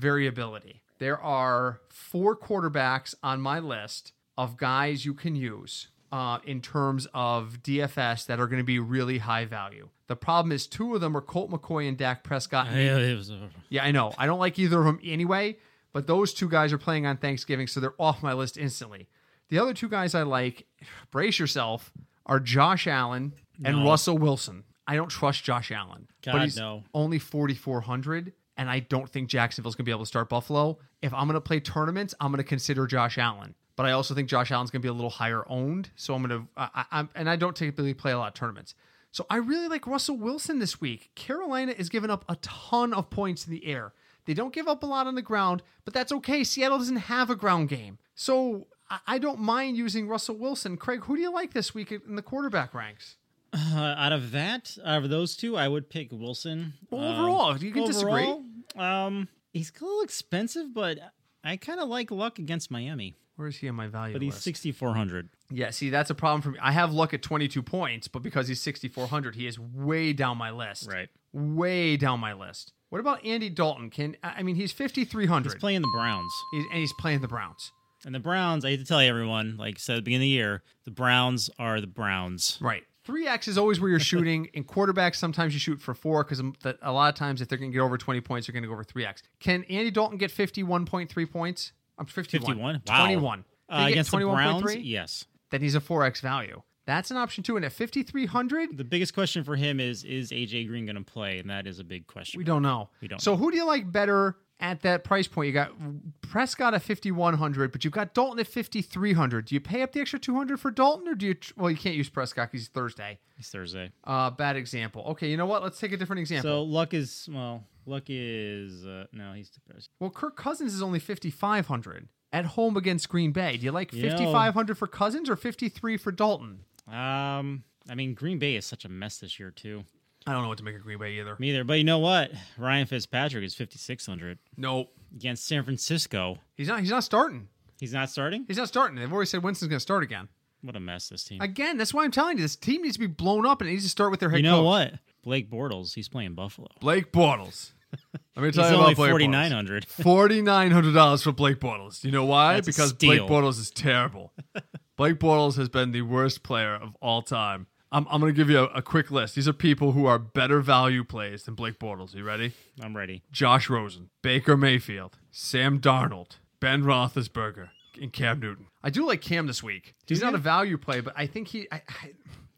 [SPEAKER 1] variability. There are four quarterbacks on my list of guys you can use uh, in terms of DFS that are going to be really high value. The problem is two of them are Colt McCoy and Dak Prescott.
[SPEAKER 2] Yeah, it was a-
[SPEAKER 1] Yeah, I know. I don't like either of them anyway, but those two guys are playing on Thanksgiving, so they're off my list instantly. The other two guys I like, brace yourself, are Josh Allen and Russell Wilson. I don't trust Josh Allen.
[SPEAKER 2] God,
[SPEAKER 1] but he's
[SPEAKER 2] no.
[SPEAKER 1] only 4,400, and I don't think Jacksonville's going to be able to start Buffalo. If I'm going to play tournaments, I'm going to consider Josh Allen. But I also think Josh Allen's going to be a little higher owned, so I'm going to. I, I'm and I don't typically play a lot of tournaments, so I really like Russell Wilson this week. Carolina is giving up a ton of points in the air. They don't give up a lot on the ground, but that's okay. Seattle doesn't have a ground game, so I, I don't mind using Russell Wilson. Craig, who do you like this week in the quarterback ranks?
[SPEAKER 2] Uh, out of that, out of those two, I would pick Wilson.
[SPEAKER 1] Overall, you can disagree.
[SPEAKER 2] disagree. Um, he's a little expensive, but I kind of like Luck against Miami.
[SPEAKER 1] Where is he on my value
[SPEAKER 2] But he's
[SPEAKER 1] list?
[SPEAKER 2] sixty four hundred.
[SPEAKER 1] Yeah, see, that's a problem for me. I have luck at 22 points, but because he's 6,400, he is way down my list.
[SPEAKER 2] Right.
[SPEAKER 1] Way down my list. What about Andy Dalton? Can I I mean, he's 5,300.
[SPEAKER 2] He's playing the Browns.
[SPEAKER 1] He's- and he's playing the Browns.
[SPEAKER 2] And the Browns, I hate to tell you everyone, like I said at the beginning of the year, the Browns are the Browns.
[SPEAKER 1] Right. Three X is always where you're shooting. In quarterbacks, sometimes you shoot for four because a lot of times if they're going to get over 20 points, they're going to go over three X. Can Andy Dalton get 51.3 points? I'm 51.
[SPEAKER 2] 51? Wow.
[SPEAKER 1] 21.
[SPEAKER 2] Uh,
[SPEAKER 1] They get
[SPEAKER 2] against the
[SPEAKER 1] 21.3?
[SPEAKER 2] Browns, yes.
[SPEAKER 1] Then he's a 4X value. That's an option too. And at 5,300,
[SPEAKER 2] The biggest question for him is is AJ Green going to play, and that is a big question.
[SPEAKER 1] we don't know.
[SPEAKER 2] We don't
[SPEAKER 1] So
[SPEAKER 2] know.
[SPEAKER 1] who do you like better at that price point? You got Prescott at 5,100, but you've got Dalton at 5,300. Do you pay up the extra 200 for Dalton or do you, tr- well, you can't use Prescott because he's Thursday.
[SPEAKER 2] It's Thursday.
[SPEAKER 1] Uh, bad example. Okay, you know what? Let's take a different example.
[SPEAKER 2] So Luck is well. Luck is uh, no, he's depressed.
[SPEAKER 1] Well, Kirk Cousins is only 5,500 at home against Green Bay. Do you like
[SPEAKER 2] You know-
[SPEAKER 1] 5,500 for Cousins or 53 for Dalton?
[SPEAKER 2] Um, I mean Green Bay is such a mess this year too.
[SPEAKER 1] I don't know what to make of Green Bay either.
[SPEAKER 2] Me either. But you know what? Ryan Fitzpatrick is fifty six hundred
[SPEAKER 1] Nope.
[SPEAKER 2] against San Francisco.
[SPEAKER 1] He's not he's not starting.
[SPEAKER 2] He's not starting.
[SPEAKER 1] He's not starting. They've already said Winston's going to start again.
[SPEAKER 2] What a mess this team.
[SPEAKER 1] Again, that's why I'm telling you this team needs to be blown up and it needs to start with their head
[SPEAKER 2] you know
[SPEAKER 1] coach.
[SPEAKER 2] what? Blake Bortles. He's playing Buffalo.
[SPEAKER 1] Blake Bortles. Let me
[SPEAKER 2] He's
[SPEAKER 1] tell you
[SPEAKER 2] only
[SPEAKER 1] about Blake
[SPEAKER 2] forty nine
[SPEAKER 1] Bortles.
[SPEAKER 2] hundred.
[SPEAKER 1] $4,900 for Blake Bortles. You know why?
[SPEAKER 2] That's a
[SPEAKER 1] because Blake
[SPEAKER 2] steal.
[SPEAKER 1] Bortles is terrible. Blake Bortles has been the worst player of all time. I'm, I'm going to give you a, a quick list. These are people who are better value plays than Blake Bortles. You ready?
[SPEAKER 2] I'm ready.
[SPEAKER 1] Josh Rosen, Baker Mayfield, Sam Darnold, Ben Roethlisberger, and Cam Newton. I do like Cam this week. He's not
[SPEAKER 2] you?
[SPEAKER 1] a value play, but I think he. I, I,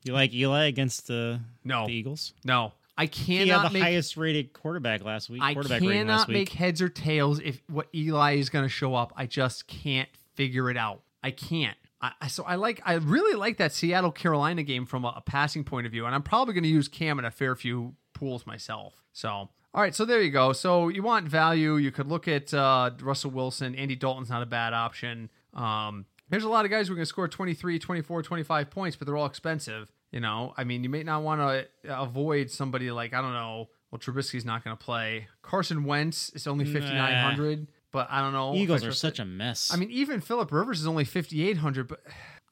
[SPEAKER 2] You like Eli against the
[SPEAKER 1] No.
[SPEAKER 2] the Eagles?
[SPEAKER 1] no, I
[SPEAKER 2] He had
[SPEAKER 1] cannot
[SPEAKER 2] the
[SPEAKER 1] make.
[SPEAKER 2] highest rated quarterback last week.
[SPEAKER 1] I
[SPEAKER 2] quarterback rating last
[SPEAKER 1] cannot
[SPEAKER 2] week.
[SPEAKER 1] make heads or tails if what Eli is going to show up. I just can't figure it out. I can't. I, I- so I like. I really like that Seattle Carolina game from a, a passing point of view, and I'm probably going to use Cam in a fair few pools myself. So. All right, so there you go. So you want value? You could look at uh, Russell Wilson. Andy Dalton's not a bad option. Um, there's a lot of guys who are going to score 23, 24, 25 points, but they're all expensive. You know, I mean, you may not want to avoid somebody like I don't know. Well, Trubisky's not going to play. Carson Wentz is only 5,900, but I don't know.
[SPEAKER 2] Eagles
[SPEAKER 1] if I
[SPEAKER 2] are
[SPEAKER 1] trust
[SPEAKER 2] such
[SPEAKER 1] it.
[SPEAKER 2] a mess.
[SPEAKER 1] I mean, even Philip Rivers is only 5,800, but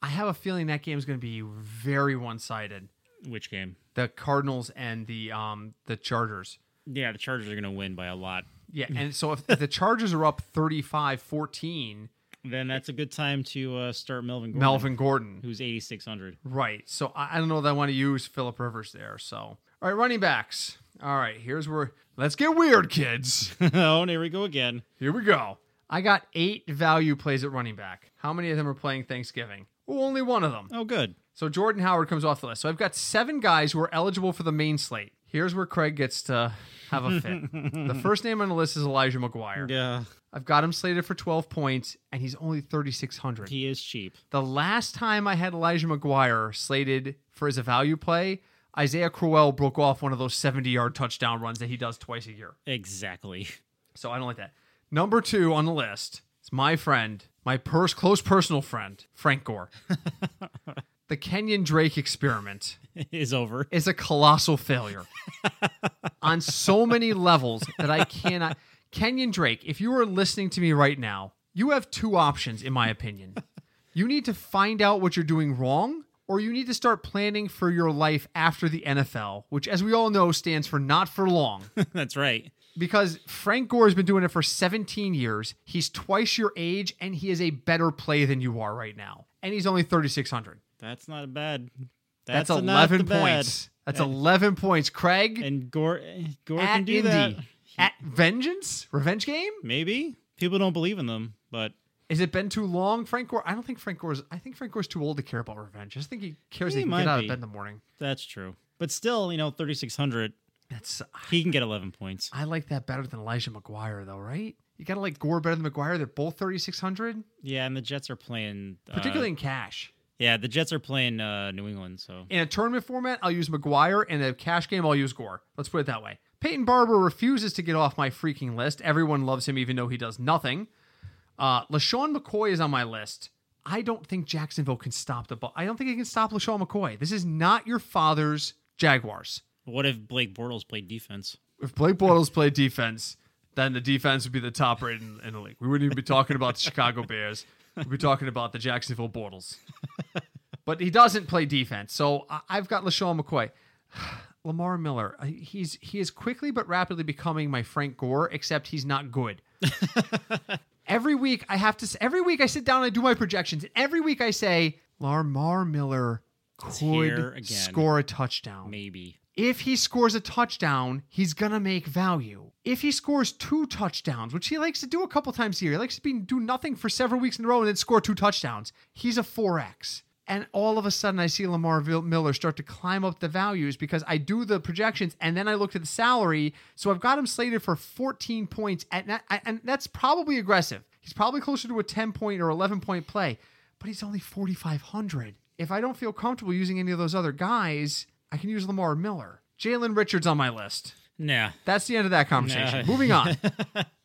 [SPEAKER 1] I have a feeling that game is going to be very one-sided.
[SPEAKER 2] which game?
[SPEAKER 1] The Cardinals and the um the Chargers.
[SPEAKER 2] Yeah, the Chargers are going to win by a lot.
[SPEAKER 1] Yeah, and so if, if the Chargers are up 35-14,
[SPEAKER 2] Then that's a good time to uh, start Melvin Gordon,
[SPEAKER 1] Melvin Gordon.
[SPEAKER 2] who's 8600.
[SPEAKER 1] Right. So I, I don't know that I want to use Philip Rivers there. So all right, running backs. All right, here's where let's get weird, kids.
[SPEAKER 2] oh, and here we go again.
[SPEAKER 1] Here we go. I got eight value plays at running back. How many of them are playing Thanksgiving? Oh, only one of them.
[SPEAKER 2] Oh, good.
[SPEAKER 1] So Jordan Howard comes off the list. So I've got seven guys who are eligible for the main slate. Here's where Craig gets to have a fit. the first name on the list is Elijah McGuire.
[SPEAKER 2] Yeah,
[SPEAKER 1] I've got him slated for 12 points, and he's only 3,600.
[SPEAKER 2] he is cheap.
[SPEAKER 1] The last time I had Elijah McGuire slated for as a value play, Isaiah Crowell broke off one of those 70 yard touchdown runs that he does twice a year.
[SPEAKER 2] Exactly.
[SPEAKER 1] So I don't like that. Number two on the list is my friend, my pers- close personal friend, Frank Gore. the Kenyon Drake experiment
[SPEAKER 2] It is over.
[SPEAKER 1] is a colossal failure on so many levels that I cannot. Kenyon Drake, if you are listening to me right now, you have two options, in my opinion. You need to find out what you're doing wrong, or you need to start planning for your life after the NFL, which, as we all know, stands for not for long.
[SPEAKER 2] That's right.
[SPEAKER 1] because Frank Gore has been doing it for 17 years. He's twice your age, and he is a better play than you are right now. And he's only 3,600.
[SPEAKER 2] That's not a bad.
[SPEAKER 1] That's,
[SPEAKER 2] not
[SPEAKER 1] 11
[SPEAKER 2] the bad.
[SPEAKER 1] points. That's 11 points. Craig,
[SPEAKER 2] And Gore, Gore
[SPEAKER 1] at
[SPEAKER 2] can do
[SPEAKER 1] Indy.
[SPEAKER 2] that.
[SPEAKER 1] At Vengeance? Revenge game?
[SPEAKER 2] Maybe people don't believe in them, but
[SPEAKER 1] Has it been too long, Frank Gore? I don't think Frank Gore's I think Frank Gore's too old to care about revenge. I just think he cares
[SPEAKER 2] He
[SPEAKER 1] he, can
[SPEAKER 2] might
[SPEAKER 1] get out
[SPEAKER 2] be.
[SPEAKER 1] of bed in the morning.
[SPEAKER 2] that's true. But still, you know, thirty six hundred.
[SPEAKER 1] That's
[SPEAKER 2] He can get eleven points.
[SPEAKER 1] I like that better than Elijah McGuire though, right? You gotta like Gore better than McGuire. They're both thirty six hundred,
[SPEAKER 2] Yeah, and the Jets are playing. uh,
[SPEAKER 1] particularly in cash.
[SPEAKER 2] yeah, the Jets are playing uh, New England. So
[SPEAKER 1] In a tournament format, I'll use McGuire. In a cash game, I'll use Gore. Let's put it that way. Peyton Barber refuses to get off my freaking list. Everyone loves him, even though he does nothing. Uh, LaShawn McCoy is on my list. I don't think Jacksonville can stop the ball. I don't think he can stop LaShawn McCoy. This is not your father's Jaguars.
[SPEAKER 2] what if Blake Bortles played defense?
[SPEAKER 1] If Blake Bortles played defense, then the defense would be the top rated in, in the league. We wouldn't even be talking about the Chicago Bears. We'd be talking about the Jacksonville Bortles. But he doesn't play defense, so I- I've got LaShawn McCoy. Lamar Miller, I- he's he is quickly but rapidly becoming my Frank Gore, except he's not good. Every week I have to. s- Every week I sit down and I do my projections. And every week I say Lamar Miller
[SPEAKER 2] here
[SPEAKER 1] could
[SPEAKER 2] again.
[SPEAKER 1] score a touchdown.
[SPEAKER 2] Maybe.
[SPEAKER 1] If he scores a touchdown, he's gonna make value. If he scores two touchdowns, which he likes to do a couple times a year, he likes to be do nothing for several weeks in a row and then score two touchdowns. He's a four X. And all of a sudden, I see Lamar Vil- Miller start to climb up the values because I do the projections and then I look at the salary. So I've got him slated for 14 points, at, na- and that's probably aggressive. He's probably closer to a 10 point or 11 point play but he's only 4,500. If I don't feel comfortable using any of those other guys, I can use Lamar Miller. Jalen Richards on my list.
[SPEAKER 2] Nah.
[SPEAKER 1] That's the end of that conversation. Moving on.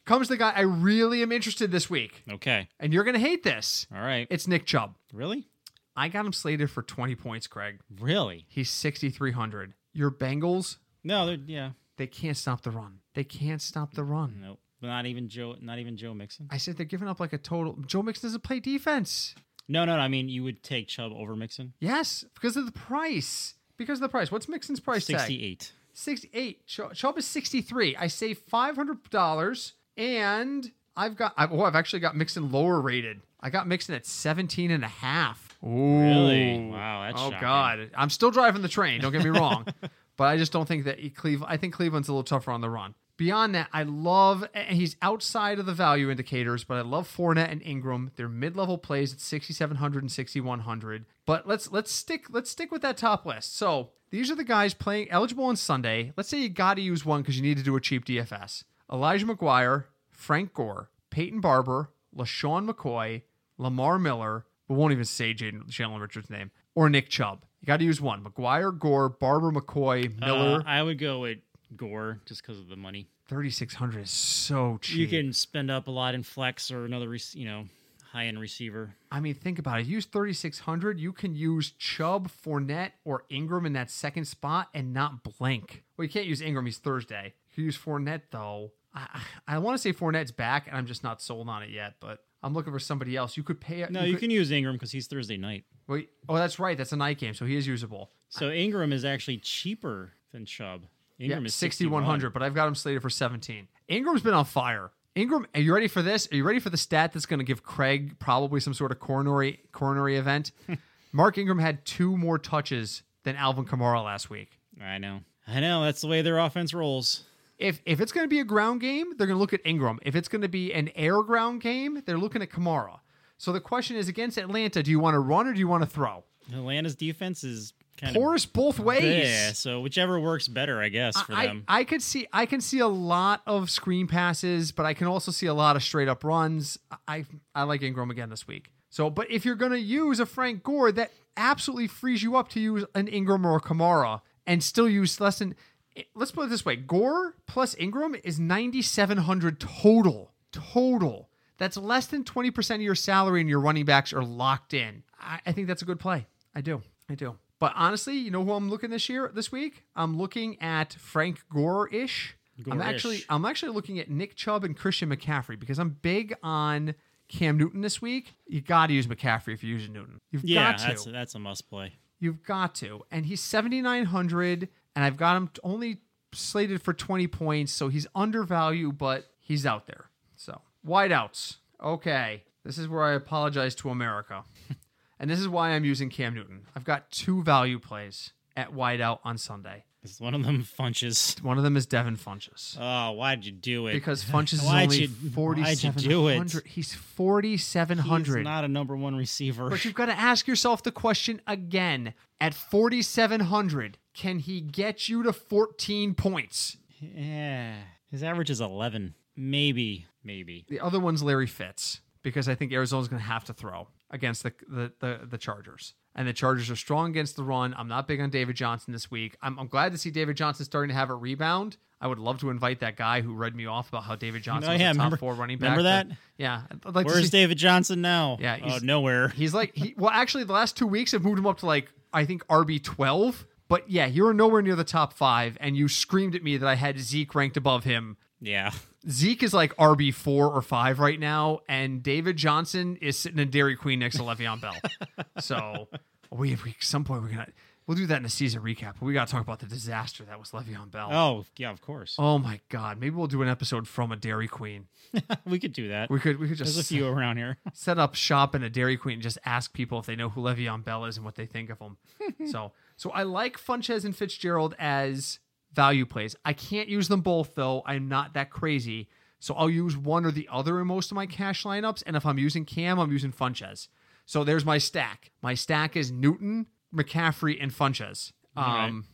[SPEAKER 1] Comes the guy I really am interested this week,
[SPEAKER 2] Okay.
[SPEAKER 1] and you're going to hate this.
[SPEAKER 2] All right.
[SPEAKER 1] It's Nick Chubb.
[SPEAKER 2] Really?
[SPEAKER 1] I got him slated for 20 points, Craig.
[SPEAKER 2] Really?
[SPEAKER 1] He's 6,300. Your Bengals,
[SPEAKER 2] No. They're, yeah.
[SPEAKER 1] they can't stop the run. They can't stop the run.
[SPEAKER 2] Nope. Not even Joe. Not even Joe Mixon.
[SPEAKER 1] I said they're giving up like a total. Joe Mixon doesn't play defense.
[SPEAKER 2] No, no. no I mean, you would take Chubb over Mixon.
[SPEAKER 1] Yes, because of the price. Because of the price. What's Mixon's price tag?
[SPEAKER 2] Sixty-eight.
[SPEAKER 1] 68 Ch- chubb is 63 i save $500 and i've got I've, oh i've actually got mixon lower rated i got mixon at 17 and a half Ooh.
[SPEAKER 2] Really? Wow, that's
[SPEAKER 1] oh
[SPEAKER 2] shocking.
[SPEAKER 1] god i'm still driving the train don't get me wrong but i just don't think that cleveland i think cleveland's a little tougher on the run Beyond that, I love, and he's outside of the value indicators, but I love Fournette and Ingram. They're mid-level plays at 6,700 and 6,100. But let's let's stick let's stick with that top list. So these are the guys playing eligible on Sunday. Let's say you got to use one because you need to do a cheap DFS. Elijah McGuire, Frank Gore, Peyton Barber, LaShawn McCoy, Lamar Miller. We won't even say Jaden Jalen Richards' name or Nick Chubb. You got to use one: McGuire, Gore, Barber, McCoy, Miller.
[SPEAKER 2] Uh, I would go with Gore just because of the money.
[SPEAKER 1] 3,600 is so cheap.
[SPEAKER 2] You can spend up a lot in flex or another, rec- you know, high-end receiver.
[SPEAKER 1] I mean, think about it. Use 3,600. You can use Chubb, Fournette, or Ingram in that second spot and not blink. Well, you can't use Ingram. He's Thursday. You can use Fournette, though. I, I, I want to say Fournette's back, and I'm just not sold on it yet, but I'm looking for somebody else. You could pay.
[SPEAKER 2] No, you
[SPEAKER 1] could-
[SPEAKER 2] can use Ingram because he's Thursday night.
[SPEAKER 1] Wait, oh, that's right. That's a night game, so he is usable.
[SPEAKER 2] So Ingram is actually cheaper than Chubb. Ingram
[SPEAKER 1] yeah,
[SPEAKER 2] is
[SPEAKER 1] 6,100, but I've got him slated for 17. Ingram's been on fire. Ingram, are you ready for this? Are you ready for the stat that's going to give Craig probably some sort of coronary coronary event? Mark Ingram had two more touches than Alvin Kamara last week.
[SPEAKER 2] 61. I know. I know. That's the way their offense rolls.
[SPEAKER 1] If if it's going to be a ground game, they're going to look at Ingram. If it's going to be an air ground game, they're looking at Kamara. So the question is against Atlanta, do you want to run or do you want to throw?
[SPEAKER 2] Atlanta's defense is kind of
[SPEAKER 1] Porous both ways.
[SPEAKER 2] yeah. So whichever works better, I guess, for
[SPEAKER 1] I,
[SPEAKER 2] them.
[SPEAKER 1] I I could see I can see a lot of screen passes, but I can also see a lot of straight up runs. I I like Ingram again this week. So, but if you're gonna use a Frank Gore, that absolutely frees you up to use an Ingram or a Kamara and still use less than. Let's put it this way: Gore plus Ingram is 9,700 total. Total. That's less than 20% of your salary, and your running backs are locked in. I, I think that's a good play. I do. I do. But honestly, you know who I'm looking this year, this week? I'm looking at Frank Gore ish. I'm
[SPEAKER 2] Gore-ish.
[SPEAKER 1] actually I'm actually looking at Nick Chubb and Christian McCaffrey because I'm big on Cam Newton this week. You got to use McCaffrey if you're using Newton. You've
[SPEAKER 2] yeah,
[SPEAKER 1] got to.
[SPEAKER 2] that's that's a must play.
[SPEAKER 1] You've got to. And he's 7,900, and I've got him t- only slated for 20 points, so he's undervalued, but he's out there. So, wideouts. Okay. This is where I apologize to America. and this is why I'm using Cam Newton. I've got two value plays at wideout on Sunday.
[SPEAKER 2] It's one of them funches.
[SPEAKER 1] One of them is Devin Funches.
[SPEAKER 2] Oh, why'd you do it?
[SPEAKER 1] Because Funches is
[SPEAKER 2] Why'd
[SPEAKER 1] only
[SPEAKER 2] you- why'd you do it?
[SPEAKER 1] 4,700. He's
[SPEAKER 2] he's
[SPEAKER 1] 4,700.
[SPEAKER 2] not a number one receiver.
[SPEAKER 1] But you've got to ask yourself the question again. At 4,700, can he get you to 14 points?
[SPEAKER 2] Yeah. His average is 11. Maybe. Maybe.
[SPEAKER 1] The other one's Larry Fitz because I think Arizona's going to have to throw against the, the the the Chargers. And the Chargers are strong against the run. I'm not big on David Johnson this week. I'm, I'm glad to see David Johnson starting to have a rebound. I would love to invite that guy who read me off about how David Johnson
[SPEAKER 2] Oh,
[SPEAKER 1] was
[SPEAKER 2] yeah,
[SPEAKER 1] a top
[SPEAKER 2] remember-
[SPEAKER 1] four running back.
[SPEAKER 2] remember
[SPEAKER 1] but-
[SPEAKER 2] that?
[SPEAKER 1] Yeah. I'd like to
[SPEAKER 2] Where's
[SPEAKER 1] see-
[SPEAKER 2] David Johnson now?
[SPEAKER 1] Yeah,
[SPEAKER 2] Oh,
[SPEAKER 1] he's-
[SPEAKER 2] nowhere.
[SPEAKER 1] He's like he well actually the last two weeks have moved him up to like I think RB twelve. But yeah, you're nowhere near the top five, and you screamed at me that I had Zeke ranked above him.
[SPEAKER 2] yeah.
[SPEAKER 1] Zeke is like RB four or five right now, and David Johnson is sitting in Dairy Queen next to Le'Veon Bell. so we, we some point we're gonna We'll do that in a season recap. But we got to talk about the disaster that was Le'Veon Bell.
[SPEAKER 2] Oh yeah, of course.
[SPEAKER 1] Oh my God! Maybe we'll do an episode from a Dairy Queen.
[SPEAKER 2] we could do that.
[SPEAKER 1] We could we could
[SPEAKER 2] There's
[SPEAKER 1] just
[SPEAKER 2] a few around here.
[SPEAKER 1] set up shop in a Dairy Queen and just ask people if they know who Le'Veon Bell is and what they think of him. so, so I like Funches and Fitzgerald as value plays. I can't use them both though. I'm not that crazy, so I'll use one or the other in most of my cash lineups. And if I'm using Cam, I'm using Funches. So there's my stack. My stack is Newton, McCaffrey, and Funches.
[SPEAKER 2] right.
[SPEAKER 1] Um,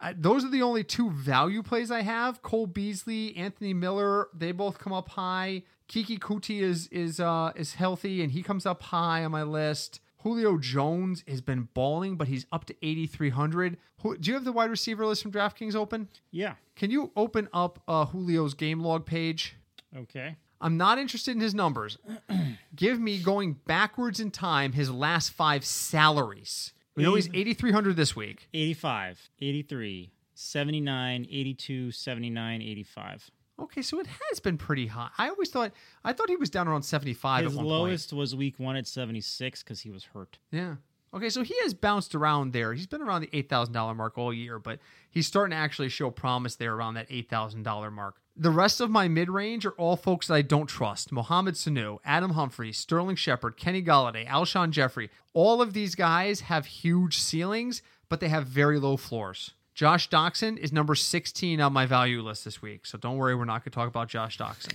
[SPEAKER 1] I, those are the only two value plays I have. Cole Beasley, Anthony Miller, they both come up high. Kiki Kuti is is uh is healthy and he comes up high on my list. Julio Jones has been balling, but he's up to 8,300. Who, do you have the wide receiver list from DraftKings open?
[SPEAKER 2] Yeah.
[SPEAKER 1] Can you open up uh, Julio's game log page?
[SPEAKER 2] Okay.
[SPEAKER 1] I'm not interested in his numbers. Give me going backwards in time his last five salaries. We know he's 8,300 this week.
[SPEAKER 2] 85, 83, 79, 82, 79, 85.
[SPEAKER 1] Okay, so it has been pretty high. I always thought I thought he was down around seventy five at
[SPEAKER 2] His
[SPEAKER 1] one
[SPEAKER 2] lowest was week one at 76 because he was
[SPEAKER 1] point.
[SPEAKER 2] hurt.
[SPEAKER 1] Yeah. Okay, so he has bounced around there. He's been around the eight thousand dollar mark all year, but he's starting to actually show promise there around that eight thousand dollar mark. The rest of my mid range are all folks that I don't trust: Mohamed Sanu, Adam Humphrey, Sterling Shepard, Kenny Galladay, Alshon Jeffrey. All of these guys have huge ceilings, but they have very low floors. Josh Doxson is number sixteen on my value list this week, so don't worry, we're not going to talk about Josh Doxson.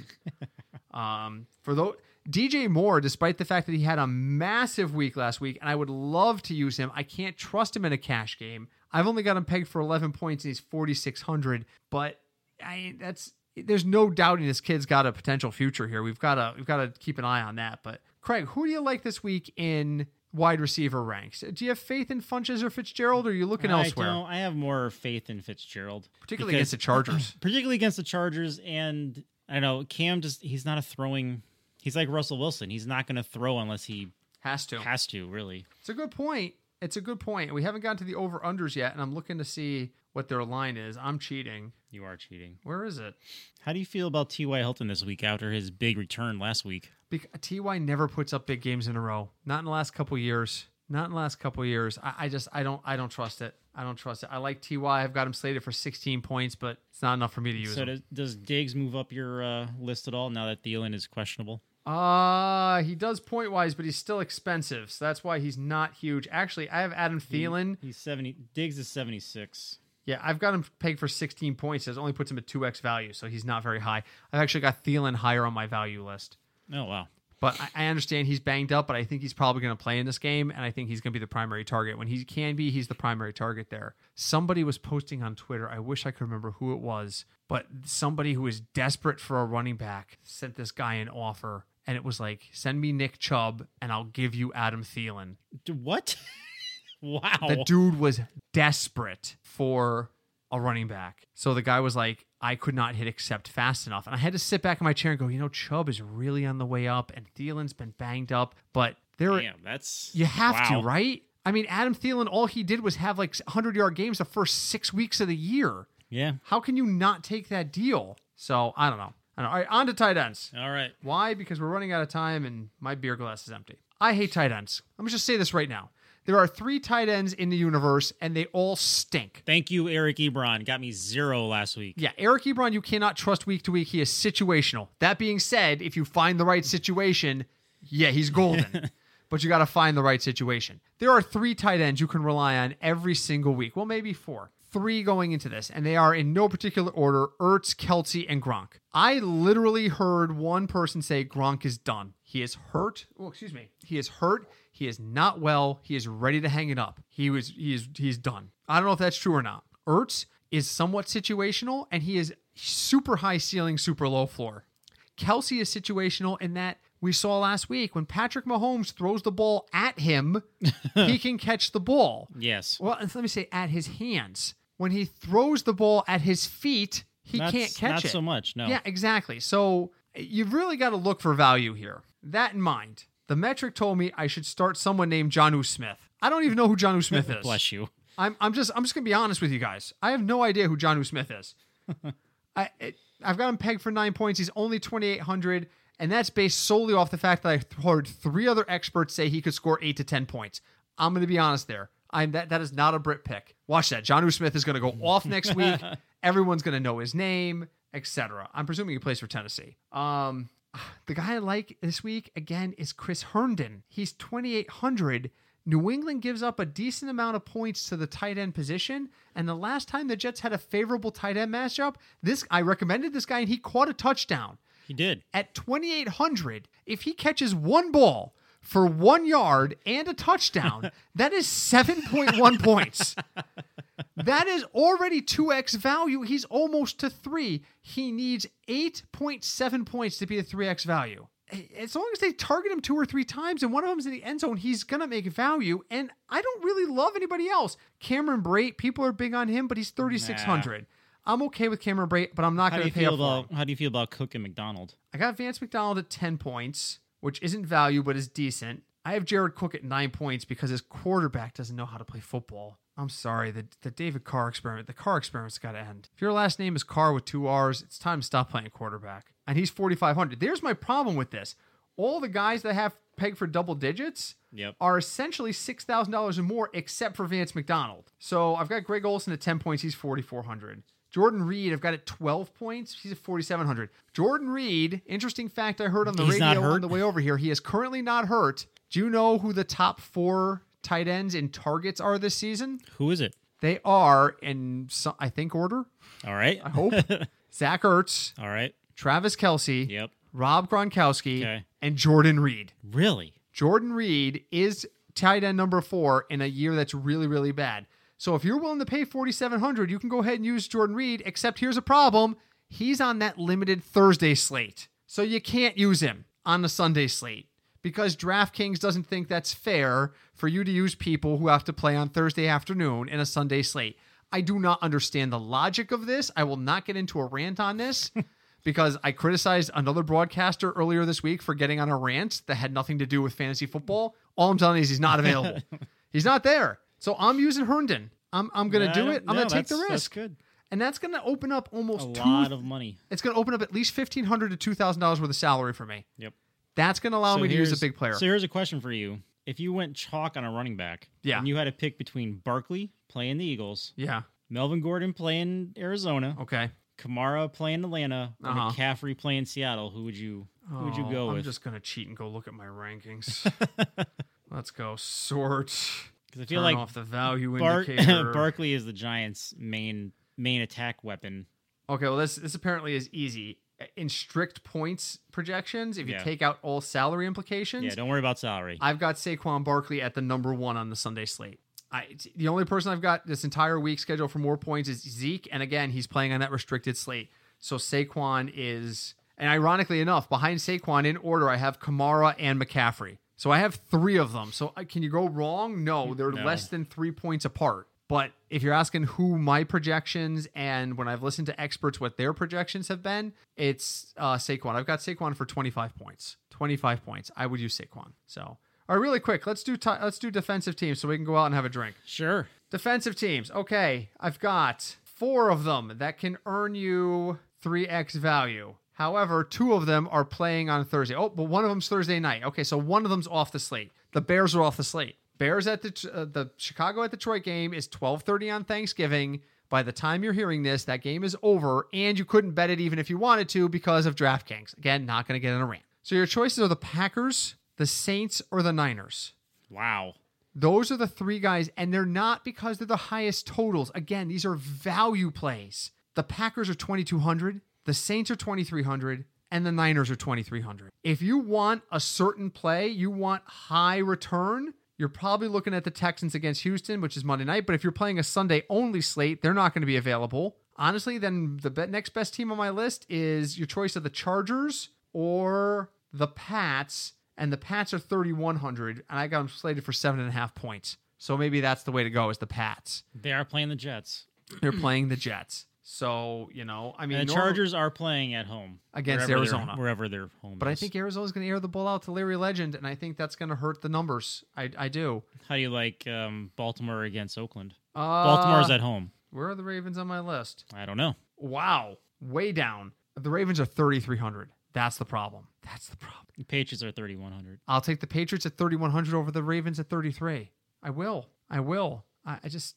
[SPEAKER 1] Um, for though DJ Moore, despite the fact that he had a massive week last week, and I would love to use him, I can't trust him in a cash game. I've only got him pegged for 11 points, and he's 4600. But I that's there's no doubting this kid's got a potential future here. We've got to we've got to keep an eye on that. But Craig, who do you like this week in wide receiver ranks? Do you have faith in Funches or Fitzgerald, or are you looking elsewhere,
[SPEAKER 2] I, don't- I have more faith in Fitzgerald,
[SPEAKER 1] particularly against
[SPEAKER 2] because-
[SPEAKER 1] the Chargers?
[SPEAKER 2] particularly against the Chargers. And I don't know Cam just he's not a throwing. He's like Russell Wilson. He's not going to throw unless he
[SPEAKER 1] Has to.
[SPEAKER 2] has to. Really,
[SPEAKER 1] It's a good point. It's a good point. We haven't gotten to the over unders yet, and I'm looking to see what their line is. I'm cheating.
[SPEAKER 2] you are cheating.
[SPEAKER 1] Where is it?
[SPEAKER 2] How do you feel about T.Y. Hilton this week after his big return last week?
[SPEAKER 1] Because Ty never puts up big games in a row. Not in the last couple years. Not in the last couple years. I, I just I don't I don't trust it. I don't trust it. I like Ty. I've got him slated for 16 points, but it's not enough for me to use
[SPEAKER 2] So
[SPEAKER 1] him.
[SPEAKER 2] does, does Diggs move up your uh, list at all now that Thielen is questionable?
[SPEAKER 1] Uh he does point wise, but he's still expensive, so that's why he's not huge. Actually, I have Adam Thielen.
[SPEAKER 2] He's seventy. Diggs is seventy six.
[SPEAKER 1] Yeah, I've got him pegged for 16 points. It only puts him at 2x value, so he's not very high. I've actually got Thielen higher on my value list.
[SPEAKER 2] Oh wow.
[SPEAKER 1] But I- I understand he's banged up, but I think he's probably going to play in this game, and I think he's going to be the primary target. When he can be, he's the primary target there. Somebody was posting on Twitter, I wish I could remember who it was, but somebody who is desperate for a running back sent this guy an offer, and it was like, send me Nick Chubb, and I'll give you Adam Thielen.
[SPEAKER 2] D- What? wow.
[SPEAKER 1] The dude was desperate for a running back. So the guy was like, I could not hit accept fast enough. And I had to sit back in my chair and go, you know, Chubb is really on the way up and Thielen's been banged up, but there
[SPEAKER 2] Damn, that's
[SPEAKER 1] you have
[SPEAKER 2] wow.
[SPEAKER 1] to, right? I mean, Adam Thielen, all he did was have like 100 yard games the first six weeks of the year.
[SPEAKER 2] Yeah.
[SPEAKER 1] How can you not take that deal? So I don't know. I don't know. All right, on to tight ends.
[SPEAKER 2] All right.
[SPEAKER 1] Why? Because we're running out of time and my beer glass is empty. I hate tight ends. I'm just say this right now. There are three tight ends in the universe and they all stink.
[SPEAKER 2] Thank you, Eric Ebron. Got me zero last week.
[SPEAKER 1] Yeah, Eric Ebron, you cannot trust week to week. He is situational. That being said, if you find the right situation, yeah, he's golden. but you got to find the right situation. There are three tight ends you can rely on every single week. Well, maybe four. Three going into this, and they are in no particular order Ertz, Kelsey, and Gronk. I literally heard one person say Gronk is done. He is hurt. Oh, excuse me. He is hurt. He is not well. He is ready to hang it up. He was he is he's done. I don't know if that's true or not. Ertz is somewhat situational and he is super high ceiling, super low floor. Kelsey is situational in that we saw last week when Patrick Mahomes throws the ball at him, he can catch the ball.
[SPEAKER 2] Yes.
[SPEAKER 1] Well, let me say at his hands. When he throws the ball at his feet, he
[SPEAKER 2] Not-
[SPEAKER 1] can't catch
[SPEAKER 2] not
[SPEAKER 1] it.
[SPEAKER 2] so much. No.
[SPEAKER 1] Yeah, exactly. So you've really got to look for value here. That in mind, the metric told me I should start someone named John U. Smith. I don't even know who John U. Smith is.
[SPEAKER 2] Bless you.
[SPEAKER 1] I'm I'm just I'm just gonna be honest with you guys. I have no idea who John U. Smith is. I it, I've got him pegged for nine points. He's only 2,800, and that's based solely off the fact that I th- heard three other experts say he could score eight to ten points. I'm gonna be honest there. I'm that that is not a Brit pick. Watch that. John U. Smith is going to go off next week. Everyone's going to know his name, etc. I'm presuming he plays for Tennessee. Um, the guy I like this week again is Chris Herndon. He's 2800. New England gives up a decent amount of points to the tight end position, and the last time the Jets had a favorable tight end matchup, this I recommended this guy and he caught a touchdown
[SPEAKER 2] He did.
[SPEAKER 1] at 2800 if he catches one ball for one yard and a touchdown that is 7.1 points that is already 2x value he's almost to 3 he needs 8.7 points to be a 3x value as long as they target him two or three times and one of them's in the end zone he's gonna make value and i don't really love anybody else cameron brait people are big on him but he's 3600 i'm okay with cameron brait but i'm not
[SPEAKER 2] How do
[SPEAKER 1] gonna
[SPEAKER 2] you
[SPEAKER 1] pay
[SPEAKER 2] feel
[SPEAKER 1] up for him.
[SPEAKER 2] about How do you feel about Cook and McDonald?
[SPEAKER 1] I got Vance McDonald at 10 points, which isn't value, but is decent. I have Jared Cook at nine points because his quarterback doesn't know how to play football. I'm sorry, the, the David Carr experiment, the Carr experiment's got to end. If your last name is Carr with two R's, it's time to stop playing quarterback. And he's 4,500. There's my problem with this. All the guys that have pegged for double digits
[SPEAKER 2] Yep.
[SPEAKER 1] are essentially $6,000 or more, except for Vance McDonald. So I've got Greg Olson at 10 points. He's 4,400. Jordan Reed, I've got at 12 points. He's at 4,700. Jordan Reed, interesting fact I heard on the
[SPEAKER 2] He's not
[SPEAKER 1] radio on
[SPEAKER 2] hurt?
[SPEAKER 1] the way over here. He is currently not hurt. Do you know who the top four tight ends in targets are this season?
[SPEAKER 2] Who is it?
[SPEAKER 1] They are, in some, I think, order,
[SPEAKER 2] All right.
[SPEAKER 1] I hope, Zach Ertz,
[SPEAKER 2] All right.
[SPEAKER 1] Travis Kelsey,
[SPEAKER 2] Yep.
[SPEAKER 1] Rob Gronkowski,
[SPEAKER 2] Okay.
[SPEAKER 1] and Jordan Reed.
[SPEAKER 2] Really?
[SPEAKER 1] Jordan Reed is tight end number four in a year that's really, really bad. So if you're willing to pay 4700 you can go ahead and use Jordan Reed, except here's a problem. He's on that limited Thursday slate. So you can't use him on the Sunday slate because DraftKings doesn't think that's fair for you to use people who have to play on Thursday afternoon in a Sunday slate. I do not understand the logic of this. I will not get into a rant on this. because I criticized another broadcaster earlier this week for getting on a rant that had nothing to do with fantasy football. All I'm telling you is he's not available. he's not there. So I'm using Herndon. I'm, I'm going to do it. I'm
[SPEAKER 2] No,
[SPEAKER 1] going to take the
[SPEAKER 2] that's- That's
[SPEAKER 1] risk.
[SPEAKER 2] good.
[SPEAKER 1] And that's going to open up
[SPEAKER 2] A
[SPEAKER 1] almost two,
[SPEAKER 2] lot of money.
[SPEAKER 1] it's going to open up at least 1500 to $2,000 worth of salary for me.
[SPEAKER 2] Yep.
[SPEAKER 1] That's going to allow me to use a
[SPEAKER 2] here's-
[SPEAKER 1] big player.
[SPEAKER 2] So here's a question for you: If you went chalk on a running back,
[SPEAKER 1] Yeah.
[SPEAKER 2] and you had to pick between Barkley playing the Eagles,
[SPEAKER 1] yeah.
[SPEAKER 2] Melvin Gordon playing Arizona,
[SPEAKER 1] Okay.
[SPEAKER 2] Kamara playing Atlanta, or
[SPEAKER 1] Oh. Uh-huh.
[SPEAKER 2] McCaffrey playing Seattle, who would you who would you
[SPEAKER 1] Oh,
[SPEAKER 2] go
[SPEAKER 1] I'm
[SPEAKER 2] with?
[SPEAKER 1] just going to cheat and go look at my rankings. Let's go sort.
[SPEAKER 2] Because I
[SPEAKER 1] Turn
[SPEAKER 2] feel like
[SPEAKER 1] off the value
[SPEAKER 2] Bar-
[SPEAKER 1] indicator.
[SPEAKER 2] Barkley is the Giants' main main attack weapon.
[SPEAKER 1] Okay, well this this apparently is easy. In strict points projections, if you
[SPEAKER 2] Yeah.
[SPEAKER 1] take out all salary implications,
[SPEAKER 2] Yeah, don't worry about salary.
[SPEAKER 1] I've got Saquon Barkley at the number one on the Sunday slate. I, it's- the only person I've got this entire week scheduled for more points is Zeke, and again, he's playing on that restricted slate. So Saquon is, and ironically enough, behind Saquon in order, I have Kamara and McCaffrey. So I have three of them. So I- can you go wrong? No, they're
[SPEAKER 2] No.
[SPEAKER 1] less than three points apart. But if you're asking who my projections and when I've listened to experts what their projections have been, it's uh, Saquon. I've got Saquon for 25 points. 25 points. I would use Saquon. So, all right, really quick, let's do ti let's do defensive teams so we can go out and have a drink.
[SPEAKER 2] sure.
[SPEAKER 1] Defensive teams. Okay, I've got four of them that can earn you 3x value. However, two of them are playing on Thursday. Oh, but one of them's Thursday night. Okay, so one of them's off the slate. The Bears are off the slate. Bears at the uh, the Chicago at Detroit game is 12:30 on Thanksgiving. By the time you're hearing this, that game is over and you couldn't bet it even if you wanted to because of DraftKings. Again, not going to get in a rant. So your choices are the Packers, the Saints, or the Niners.
[SPEAKER 2] Wow.
[SPEAKER 1] Those are the three guys, and they're not because they're the highest totals. Again, these are value plays. The Packers are 2,200, the Saints are 2,300, and the Niners are 2,300. If you want a certain play, you want high return, you're probably looking at the Texans against Houston, which is Monday night. But if you're playing a Sunday only slate, they're not going to be available. Honestly, then the be- next best team on my list is your choice of the Chargers or the Pats and the Pats are 3,100, and I got them slated for seven and a half points. So maybe that's the way to go is the Pats.
[SPEAKER 2] They are playing the Jets.
[SPEAKER 1] They're playing the Jets. So, you know, I mean,
[SPEAKER 2] And the
[SPEAKER 1] norm-
[SPEAKER 2] Chargers are playing at home
[SPEAKER 1] Against
[SPEAKER 2] wherever their-
[SPEAKER 1] Arizona.
[SPEAKER 2] wherever their home.
[SPEAKER 1] But I
[SPEAKER 2] is.
[SPEAKER 1] think Arizona's going to air the ball out to Larry Legend, and I think that's going to hurt the numbers. I, I do.
[SPEAKER 2] How do you like um, Baltimore against Oakland?
[SPEAKER 1] Uh,
[SPEAKER 2] Baltimore's at home.
[SPEAKER 1] Where are the Ravens on my list?
[SPEAKER 2] I don't know.
[SPEAKER 1] Wow. Way down. The Ravens are 3,300. That's the problem. That's the problem.
[SPEAKER 2] The Patriots are 3,100.
[SPEAKER 1] I'll take the Patriots at 3,100 over the Ravens at 33. I will. I will. I, I just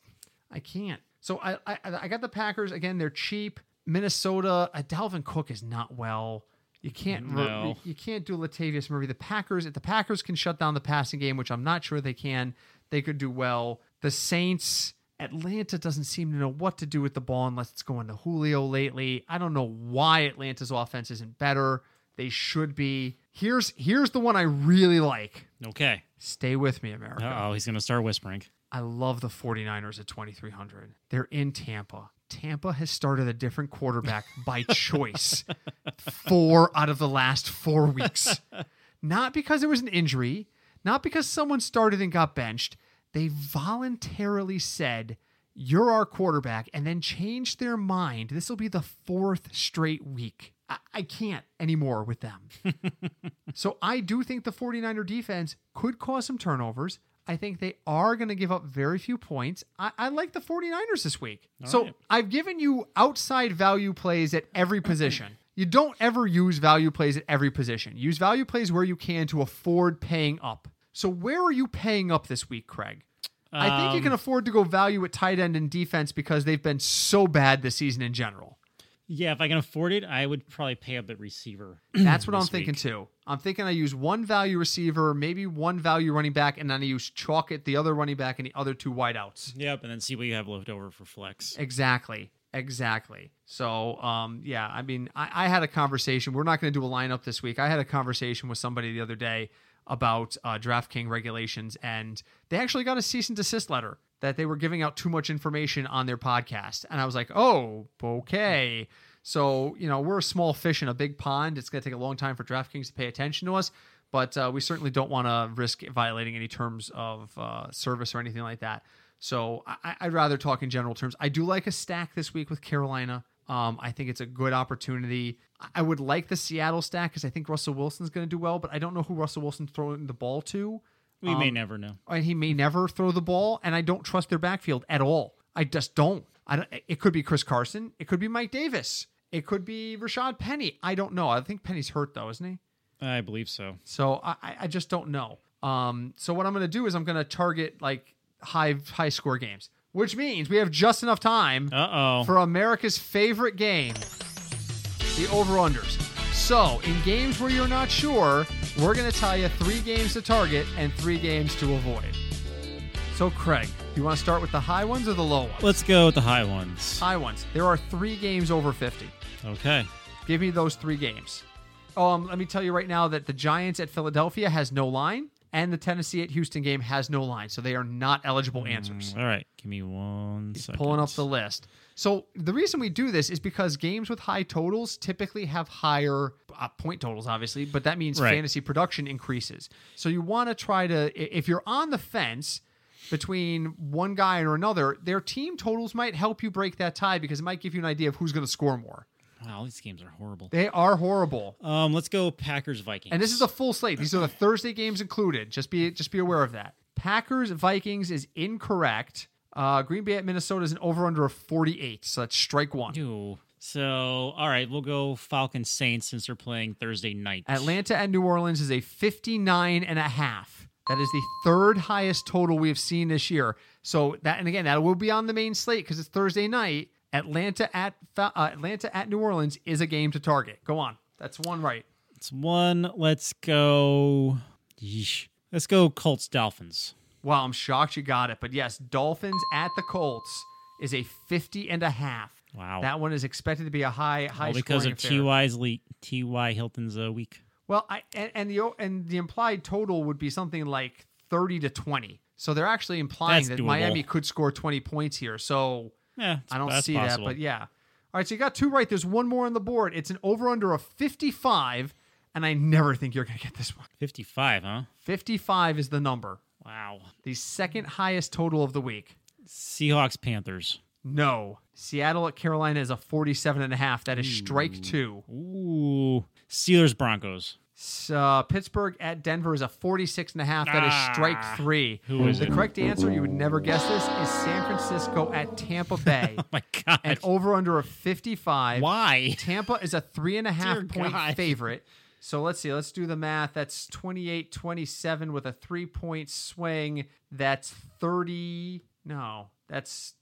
[SPEAKER 1] I can't. So I, I I got the Packers again. They're cheap. Minnesota. Uh, Dalvin Cook is not well. You can't
[SPEAKER 2] No.
[SPEAKER 1] you can't do Latavius Murray. The Packers if the Packers can shut down the passing game, which I'm not sure they can, they could do well. The Saints. Atlanta doesn't seem to know what to do with the ball unless it's going to Julio lately. I don't know why Atlanta's offense isn't better. They should be. Here's here's the one I really like.
[SPEAKER 2] Okay.
[SPEAKER 1] Stay with me, America.
[SPEAKER 2] Uh oh, he's gonna start whispering.
[SPEAKER 1] I love the 49ers at 2,300. They're in Tampa. Tampa has started a different quarterback by choice four out of the last four weeks. Not because there was an injury, not because someone started and got benched. They voluntarily said, You're our quarterback, and then changed their mind. This will be the fourth straight week. I, I can't anymore with them. So I do think the 49er defense could cause some turnovers. I think they are going to give up very few points. I, I like the 49ers this week. so
[SPEAKER 2] right.
[SPEAKER 1] I've given you outside value plays at every position. You don't ever use value plays at every position. Use value plays where you can to afford paying up. So where are you paying up this week, Craig? I think you
[SPEAKER 2] Um,
[SPEAKER 1] can afford to go value at tight end and defense because they've been so bad this season in general.
[SPEAKER 2] Yeah, if I can afford it, I would probably pay up the receiver.
[SPEAKER 1] That's what I'm
[SPEAKER 2] this
[SPEAKER 1] thinking
[SPEAKER 2] week.
[SPEAKER 1] too. I'm thinking I use one value receiver, maybe one value running back, and then I use chalk at the other running back and the other two wideouts.
[SPEAKER 2] Yep, and then see what you have left over for flex.
[SPEAKER 1] Exactly. Exactly. So, um, yeah, I mean, I, I had a conversation. We're not going to do a lineup this week. I had a conversation with somebody the other day about uh, DraftKings regulations, and they actually got a cease and desist letter that they were giving out too much information on their podcast. And I was like, oh, okay. So, you know, we're a small fish in a big pond. It's going to take a long time for DraftKings to pay attention to us, but uh, we certainly don't want to risk violating any terms of uh, service or anything like that. So I- I, I'd rather talk in general terms. I do like a stack this week with Carolina. Um, I think it's a good opportunity. I- I would like the Seattle stack because I think Russell Wilson's going to do well, but I don't know who Russell Wilson's throwing the ball to
[SPEAKER 2] We may never know.
[SPEAKER 1] and he may never throw the ball. And I don't trust their backfield at all. I just don't. I don't. It could be Chris Carson. It could be Mike Davis. It could be Rashad Penny. I don't know. I think Penny's hurt though, isn't he?
[SPEAKER 2] I believe so.
[SPEAKER 1] So I, I- I just don't know. Um, so what I'm going to do is I'm going to target like high high score games, which means we have just enough time
[SPEAKER 2] Uh oh.
[SPEAKER 1] for America's favorite game, the over unders. So, in games where you're not sure, we're going to tell you three games to target and three games to avoid. So, Craig, you want to start with the high ones or the low ones?
[SPEAKER 2] Let's go with the high ones.
[SPEAKER 1] High ones. There are three games over 50.
[SPEAKER 2] Okay.
[SPEAKER 1] Give me those three games. Um, let me tell you right now that the Giants at Philadelphia has no line, and the Tennessee at Houston game has no line, so they are not eligible answers.
[SPEAKER 2] All right. Give me one second.
[SPEAKER 1] pulling up the list. So the reason we do this is because games with high totals typically have higher uh, point totals, obviously, but that means
[SPEAKER 2] Right.
[SPEAKER 1] fantasy production increases. So you want to try to, i- if you're on the fence between one guy or another, their team totals might help you break that tie because it might give you an idea of who's going to score more.
[SPEAKER 2] Wow, these games are horrible.
[SPEAKER 1] They are horrible,
[SPEAKER 2] Um, let's go Packers Vikings.
[SPEAKER 1] and this is a full slate. These are the Thursday games included. Just be just be aware of that. Packers Vikings is incorrect. Uh, Green Bay at Minnesota is an over under of 48, so that's strike one.
[SPEAKER 2] Ew. So, all right, we'll go Falcons Saints since they're playing Thursday night.
[SPEAKER 1] Atlanta and New Orleans is a 59 and a half. That is the third highest total we have seen this year. So that and again that will be on the main slate because it's Thursday night. Atlanta at Fa- uh, Atlanta at New Orleans is a game to target. Go on, that's one right.
[SPEAKER 2] It's one. Let's go. Yeesh. Let's go Colts Dolphins.
[SPEAKER 1] Wow, I'm shocked you got it, but yes, Dolphins at the Colts is a 50 and a half.
[SPEAKER 2] Wow.
[SPEAKER 1] that one is expected to be a high high
[SPEAKER 2] All because
[SPEAKER 1] scoring
[SPEAKER 2] of
[SPEAKER 1] affair.
[SPEAKER 2] Ty's leak. Ty Hilton's uh, week.
[SPEAKER 1] Well, I and, and the o- and the implied total would be something like thirty to twenty. So they're actually implying
[SPEAKER 2] That's
[SPEAKER 1] that
[SPEAKER 2] doable.
[SPEAKER 1] Miami could score twenty points here. So
[SPEAKER 2] Yeah,
[SPEAKER 1] I don't
[SPEAKER 2] that's
[SPEAKER 1] see
[SPEAKER 2] possible.
[SPEAKER 1] that, but yeah. All right, so you got two right. There's one more on the board. It's an over under of fifty-five, and I never think you're going to get this one.
[SPEAKER 2] fifty-five, huh?
[SPEAKER 1] Fifty-five is the number,
[SPEAKER 2] Wow.
[SPEAKER 1] the second highest total of the week.
[SPEAKER 2] Seahawks Panthers.
[SPEAKER 1] No, Seattle at Carolina is a forty-seven and a half. That is strike two.
[SPEAKER 2] Ooh. Steelers Broncos.
[SPEAKER 1] S- uh, Pittsburgh at Denver is a 46 and a half. That is
[SPEAKER 2] Ah.
[SPEAKER 1] strike three.
[SPEAKER 2] Who is
[SPEAKER 1] the
[SPEAKER 2] it?
[SPEAKER 1] correct answer? You would never guess this is San Francisco at Tampa Bay,
[SPEAKER 2] My God.
[SPEAKER 1] oh, an over under of 55.
[SPEAKER 2] Why?
[SPEAKER 1] Tampa is a three and a half
[SPEAKER 2] Dear
[SPEAKER 1] point
[SPEAKER 2] God.
[SPEAKER 1] favorite. So let's see. Let's do the math. That's 28 27 with a three point swing. That's 30. No, that's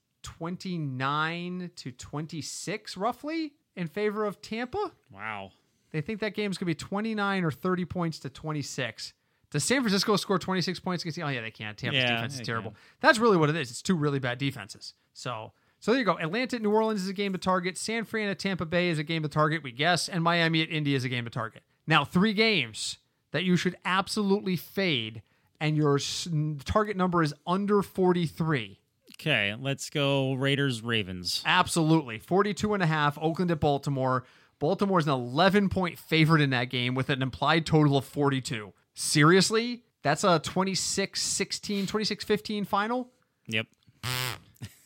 [SPEAKER 1] 29 to 26, roughly, in favor of Tampa.
[SPEAKER 2] Wow.
[SPEAKER 1] They think that game's going to be 29 or 30 points to 26. Does San Francisco score 26 points against? Oh yeah, they can't. Tampa's
[SPEAKER 2] Yeah,
[SPEAKER 1] defense
[SPEAKER 2] they
[SPEAKER 1] is terrible. That's really what it is. It's two really bad defenses. So so there you go. Atlanta, at New Orleans is a game to target. San Fran at Tampa Bay is a game to target. We guess, and Miami at Indy is a game to target. Now three games that you should absolutely fade, and your s- target number is under 43.
[SPEAKER 2] Okay, let's go Raiders Ravens.
[SPEAKER 1] Absolutely. 42 and a half, Oakland at Baltimore. Baltimore's an 11 point favorite in that game with an implied total of 42. Seriously? That's a 26 16, 26 15 final?
[SPEAKER 2] Yep.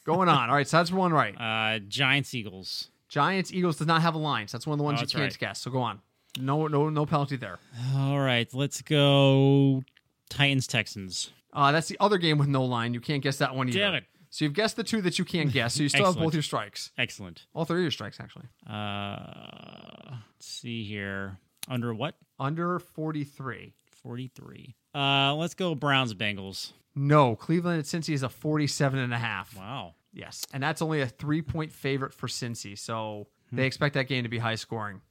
[SPEAKER 1] Going on. All right, so that's one right.
[SPEAKER 2] Uh Giants Eagles.
[SPEAKER 1] Giants, Eagles does not have a line, so that's one of the ones you
[SPEAKER 2] that's
[SPEAKER 1] can't
[SPEAKER 2] right.
[SPEAKER 1] guess. So go on. No, no, no penalty there.
[SPEAKER 2] All right, let's go Titans Texans.
[SPEAKER 1] Uh, that's the other game with no line. You can't guess that one either.
[SPEAKER 2] Damn it.
[SPEAKER 1] So you've guessed the two that you can't guess. So you still have
[SPEAKER 2] Excellent.
[SPEAKER 1] both your strikes.
[SPEAKER 2] Excellent.
[SPEAKER 1] All three of your strikes, actually.
[SPEAKER 2] Uh let's see here. Under what?
[SPEAKER 1] Under 43.
[SPEAKER 2] 43. Uh let's go Browns Bengals.
[SPEAKER 1] No, Cleveland at Cincy is a 47 and a half.
[SPEAKER 2] Wow.
[SPEAKER 1] Yes, and that's only a three point favorite for Cincy, so
[SPEAKER 2] Hmm.
[SPEAKER 1] they expect that game to be high scoring.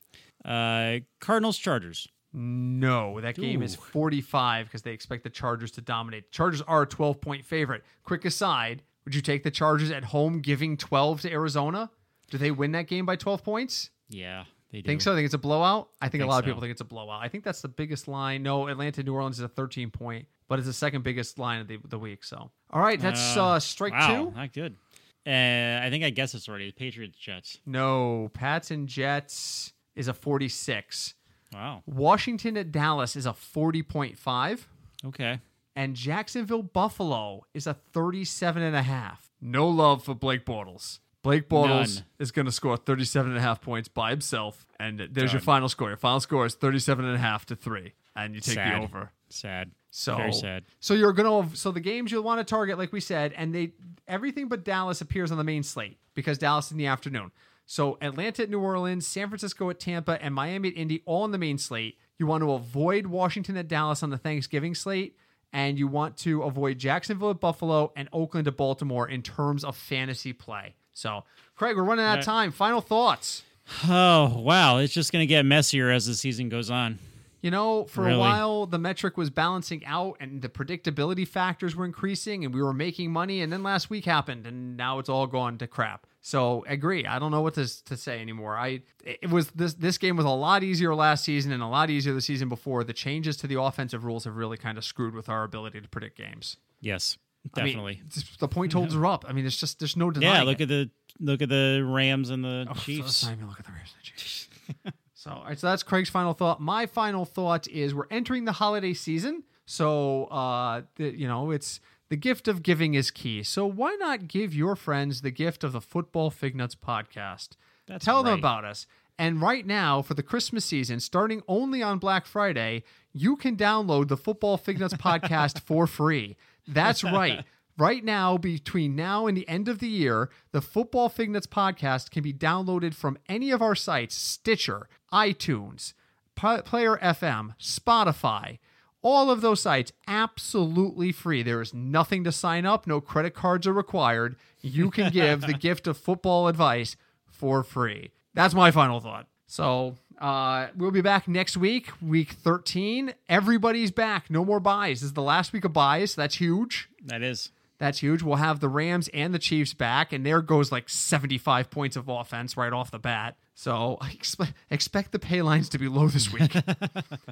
[SPEAKER 2] Uh Cardinals Chargers.
[SPEAKER 1] No, that game is
[SPEAKER 2] Ooh.
[SPEAKER 1] 45 because they expect the Chargers to dominate. Chargers are a 12 point favorite. Quick aside, would you take the Chargers at home giving 12 to Arizona? Do they win that game by 12 points?
[SPEAKER 2] Yeah, they do.
[SPEAKER 1] Think so? I think it's a blowout. I think, a
[SPEAKER 2] Think
[SPEAKER 1] lot of
[SPEAKER 2] so.
[SPEAKER 1] people think it's a blowout. I think that's the biggest line. No, Atlanta New Orleans is a 13 point, but it's the second biggest line of the, the week. So, all right, that's uh,
[SPEAKER 2] Uh,
[SPEAKER 1] strike
[SPEAKER 2] wow,
[SPEAKER 1] two.
[SPEAKER 2] Not good. Uh, I think I guess it's already Patriots Jets.
[SPEAKER 1] No, Pats and Jets is a 46.
[SPEAKER 2] Wow.
[SPEAKER 1] Washington at Dallas is a 40.5,
[SPEAKER 2] Okay.
[SPEAKER 1] and Jacksonville Buffalo is a 37.5. No love for Blake Bortles. Blake Bortles
[SPEAKER 2] None.
[SPEAKER 1] is going to score 37.5 points by himself, and there's your
[SPEAKER 2] Done.
[SPEAKER 1] final score. Your final score is 37.5 to 3, and you take
[SPEAKER 2] Sad.
[SPEAKER 1] the over.
[SPEAKER 2] Sad.
[SPEAKER 1] So
[SPEAKER 2] Very sad.
[SPEAKER 1] So you're gonna so the games you'll want to target, like we said, and they everything but Dallas appears on the main slate because Dallas is in the afternoon. So Atlanta at New Orleans, San Francisco at Tampa, and Miami at Indy all on the main slate. You want to avoid Washington at Dallas on the Thanksgiving slate, and you want to avoid Jacksonville at Buffalo and Oakland at Baltimore in terms of fantasy play. So Craig, we're running out of
[SPEAKER 2] Right.
[SPEAKER 1] time. Final thoughts.
[SPEAKER 2] Oh wow, it's just gonna get messier as the season goes on.
[SPEAKER 1] You know, for a
[SPEAKER 2] Really?
[SPEAKER 1] while, the metric was balancing out and the predictability factors were increasing and we were making money. And then last week happened and now it's all gone to crap. So agree. I don't know what to, s- to say anymore. I it was this this game was a lot easier last season and a lot easier the season before. The changes to the offensive rules have really kind of screwed with our ability to predict games.
[SPEAKER 2] Yes,
[SPEAKER 1] I mean,
[SPEAKER 2] definitely.
[SPEAKER 1] it's- the point totals are up. I mean, it's just there's no denying.
[SPEAKER 2] yeah, look
[SPEAKER 1] it.
[SPEAKER 2] at the look at the Rams and the Chiefs.
[SPEAKER 1] So, look at the Rams and the Chiefs. so, all right, so that's Craig's final thought. My final thought is we're entering the holiday season, so uh, the, you know it's the gift of giving is key. So why not give your friends the gift of the Football Fig Nuts podcast?
[SPEAKER 2] That's
[SPEAKER 1] Tell them
[SPEAKER 2] right.
[SPEAKER 1] about us. And right now, for the Christmas season, starting only on Black Friday, you can download the Football Fig Nuts podcast for free. That's right. Right now, between now and the end of the year, the Football Fig Nuts podcast can be downloaded from any of our sites Stitcher, iTunes, P- Player FM, Spotify. All of those sites absolutely free. There is nothing to sign up, no credit cards are required. You can give the gift of football advice for free. That's my final thought. So uh, we'll be back next week, week 13. Everybody's back. No more buys. This is the last week of buys. That's huge.
[SPEAKER 2] That is.
[SPEAKER 1] That's huge. We'll have the Rams and the Chiefs back, and there goes like 75 points of offense right off the bat. So I expect expect the pay lines to be low this week.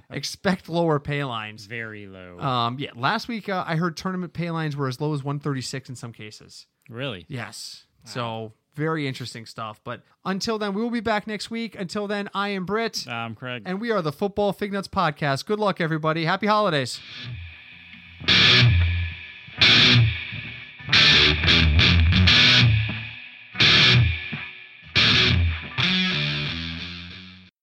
[SPEAKER 1] expect lower pay lines.
[SPEAKER 2] Very low.
[SPEAKER 1] Um, yeah, last week uh, I heard tournament pay lines were as low as 136 in some cases.
[SPEAKER 2] really.
[SPEAKER 1] Yes. So very interesting stuff. But until then, we will be back next week. Until then, I am Britt,
[SPEAKER 2] Um, Craig.
[SPEAKER 1] and we are the Football Fig Nuts Podcast. Good luck, everybody. Happy holidays.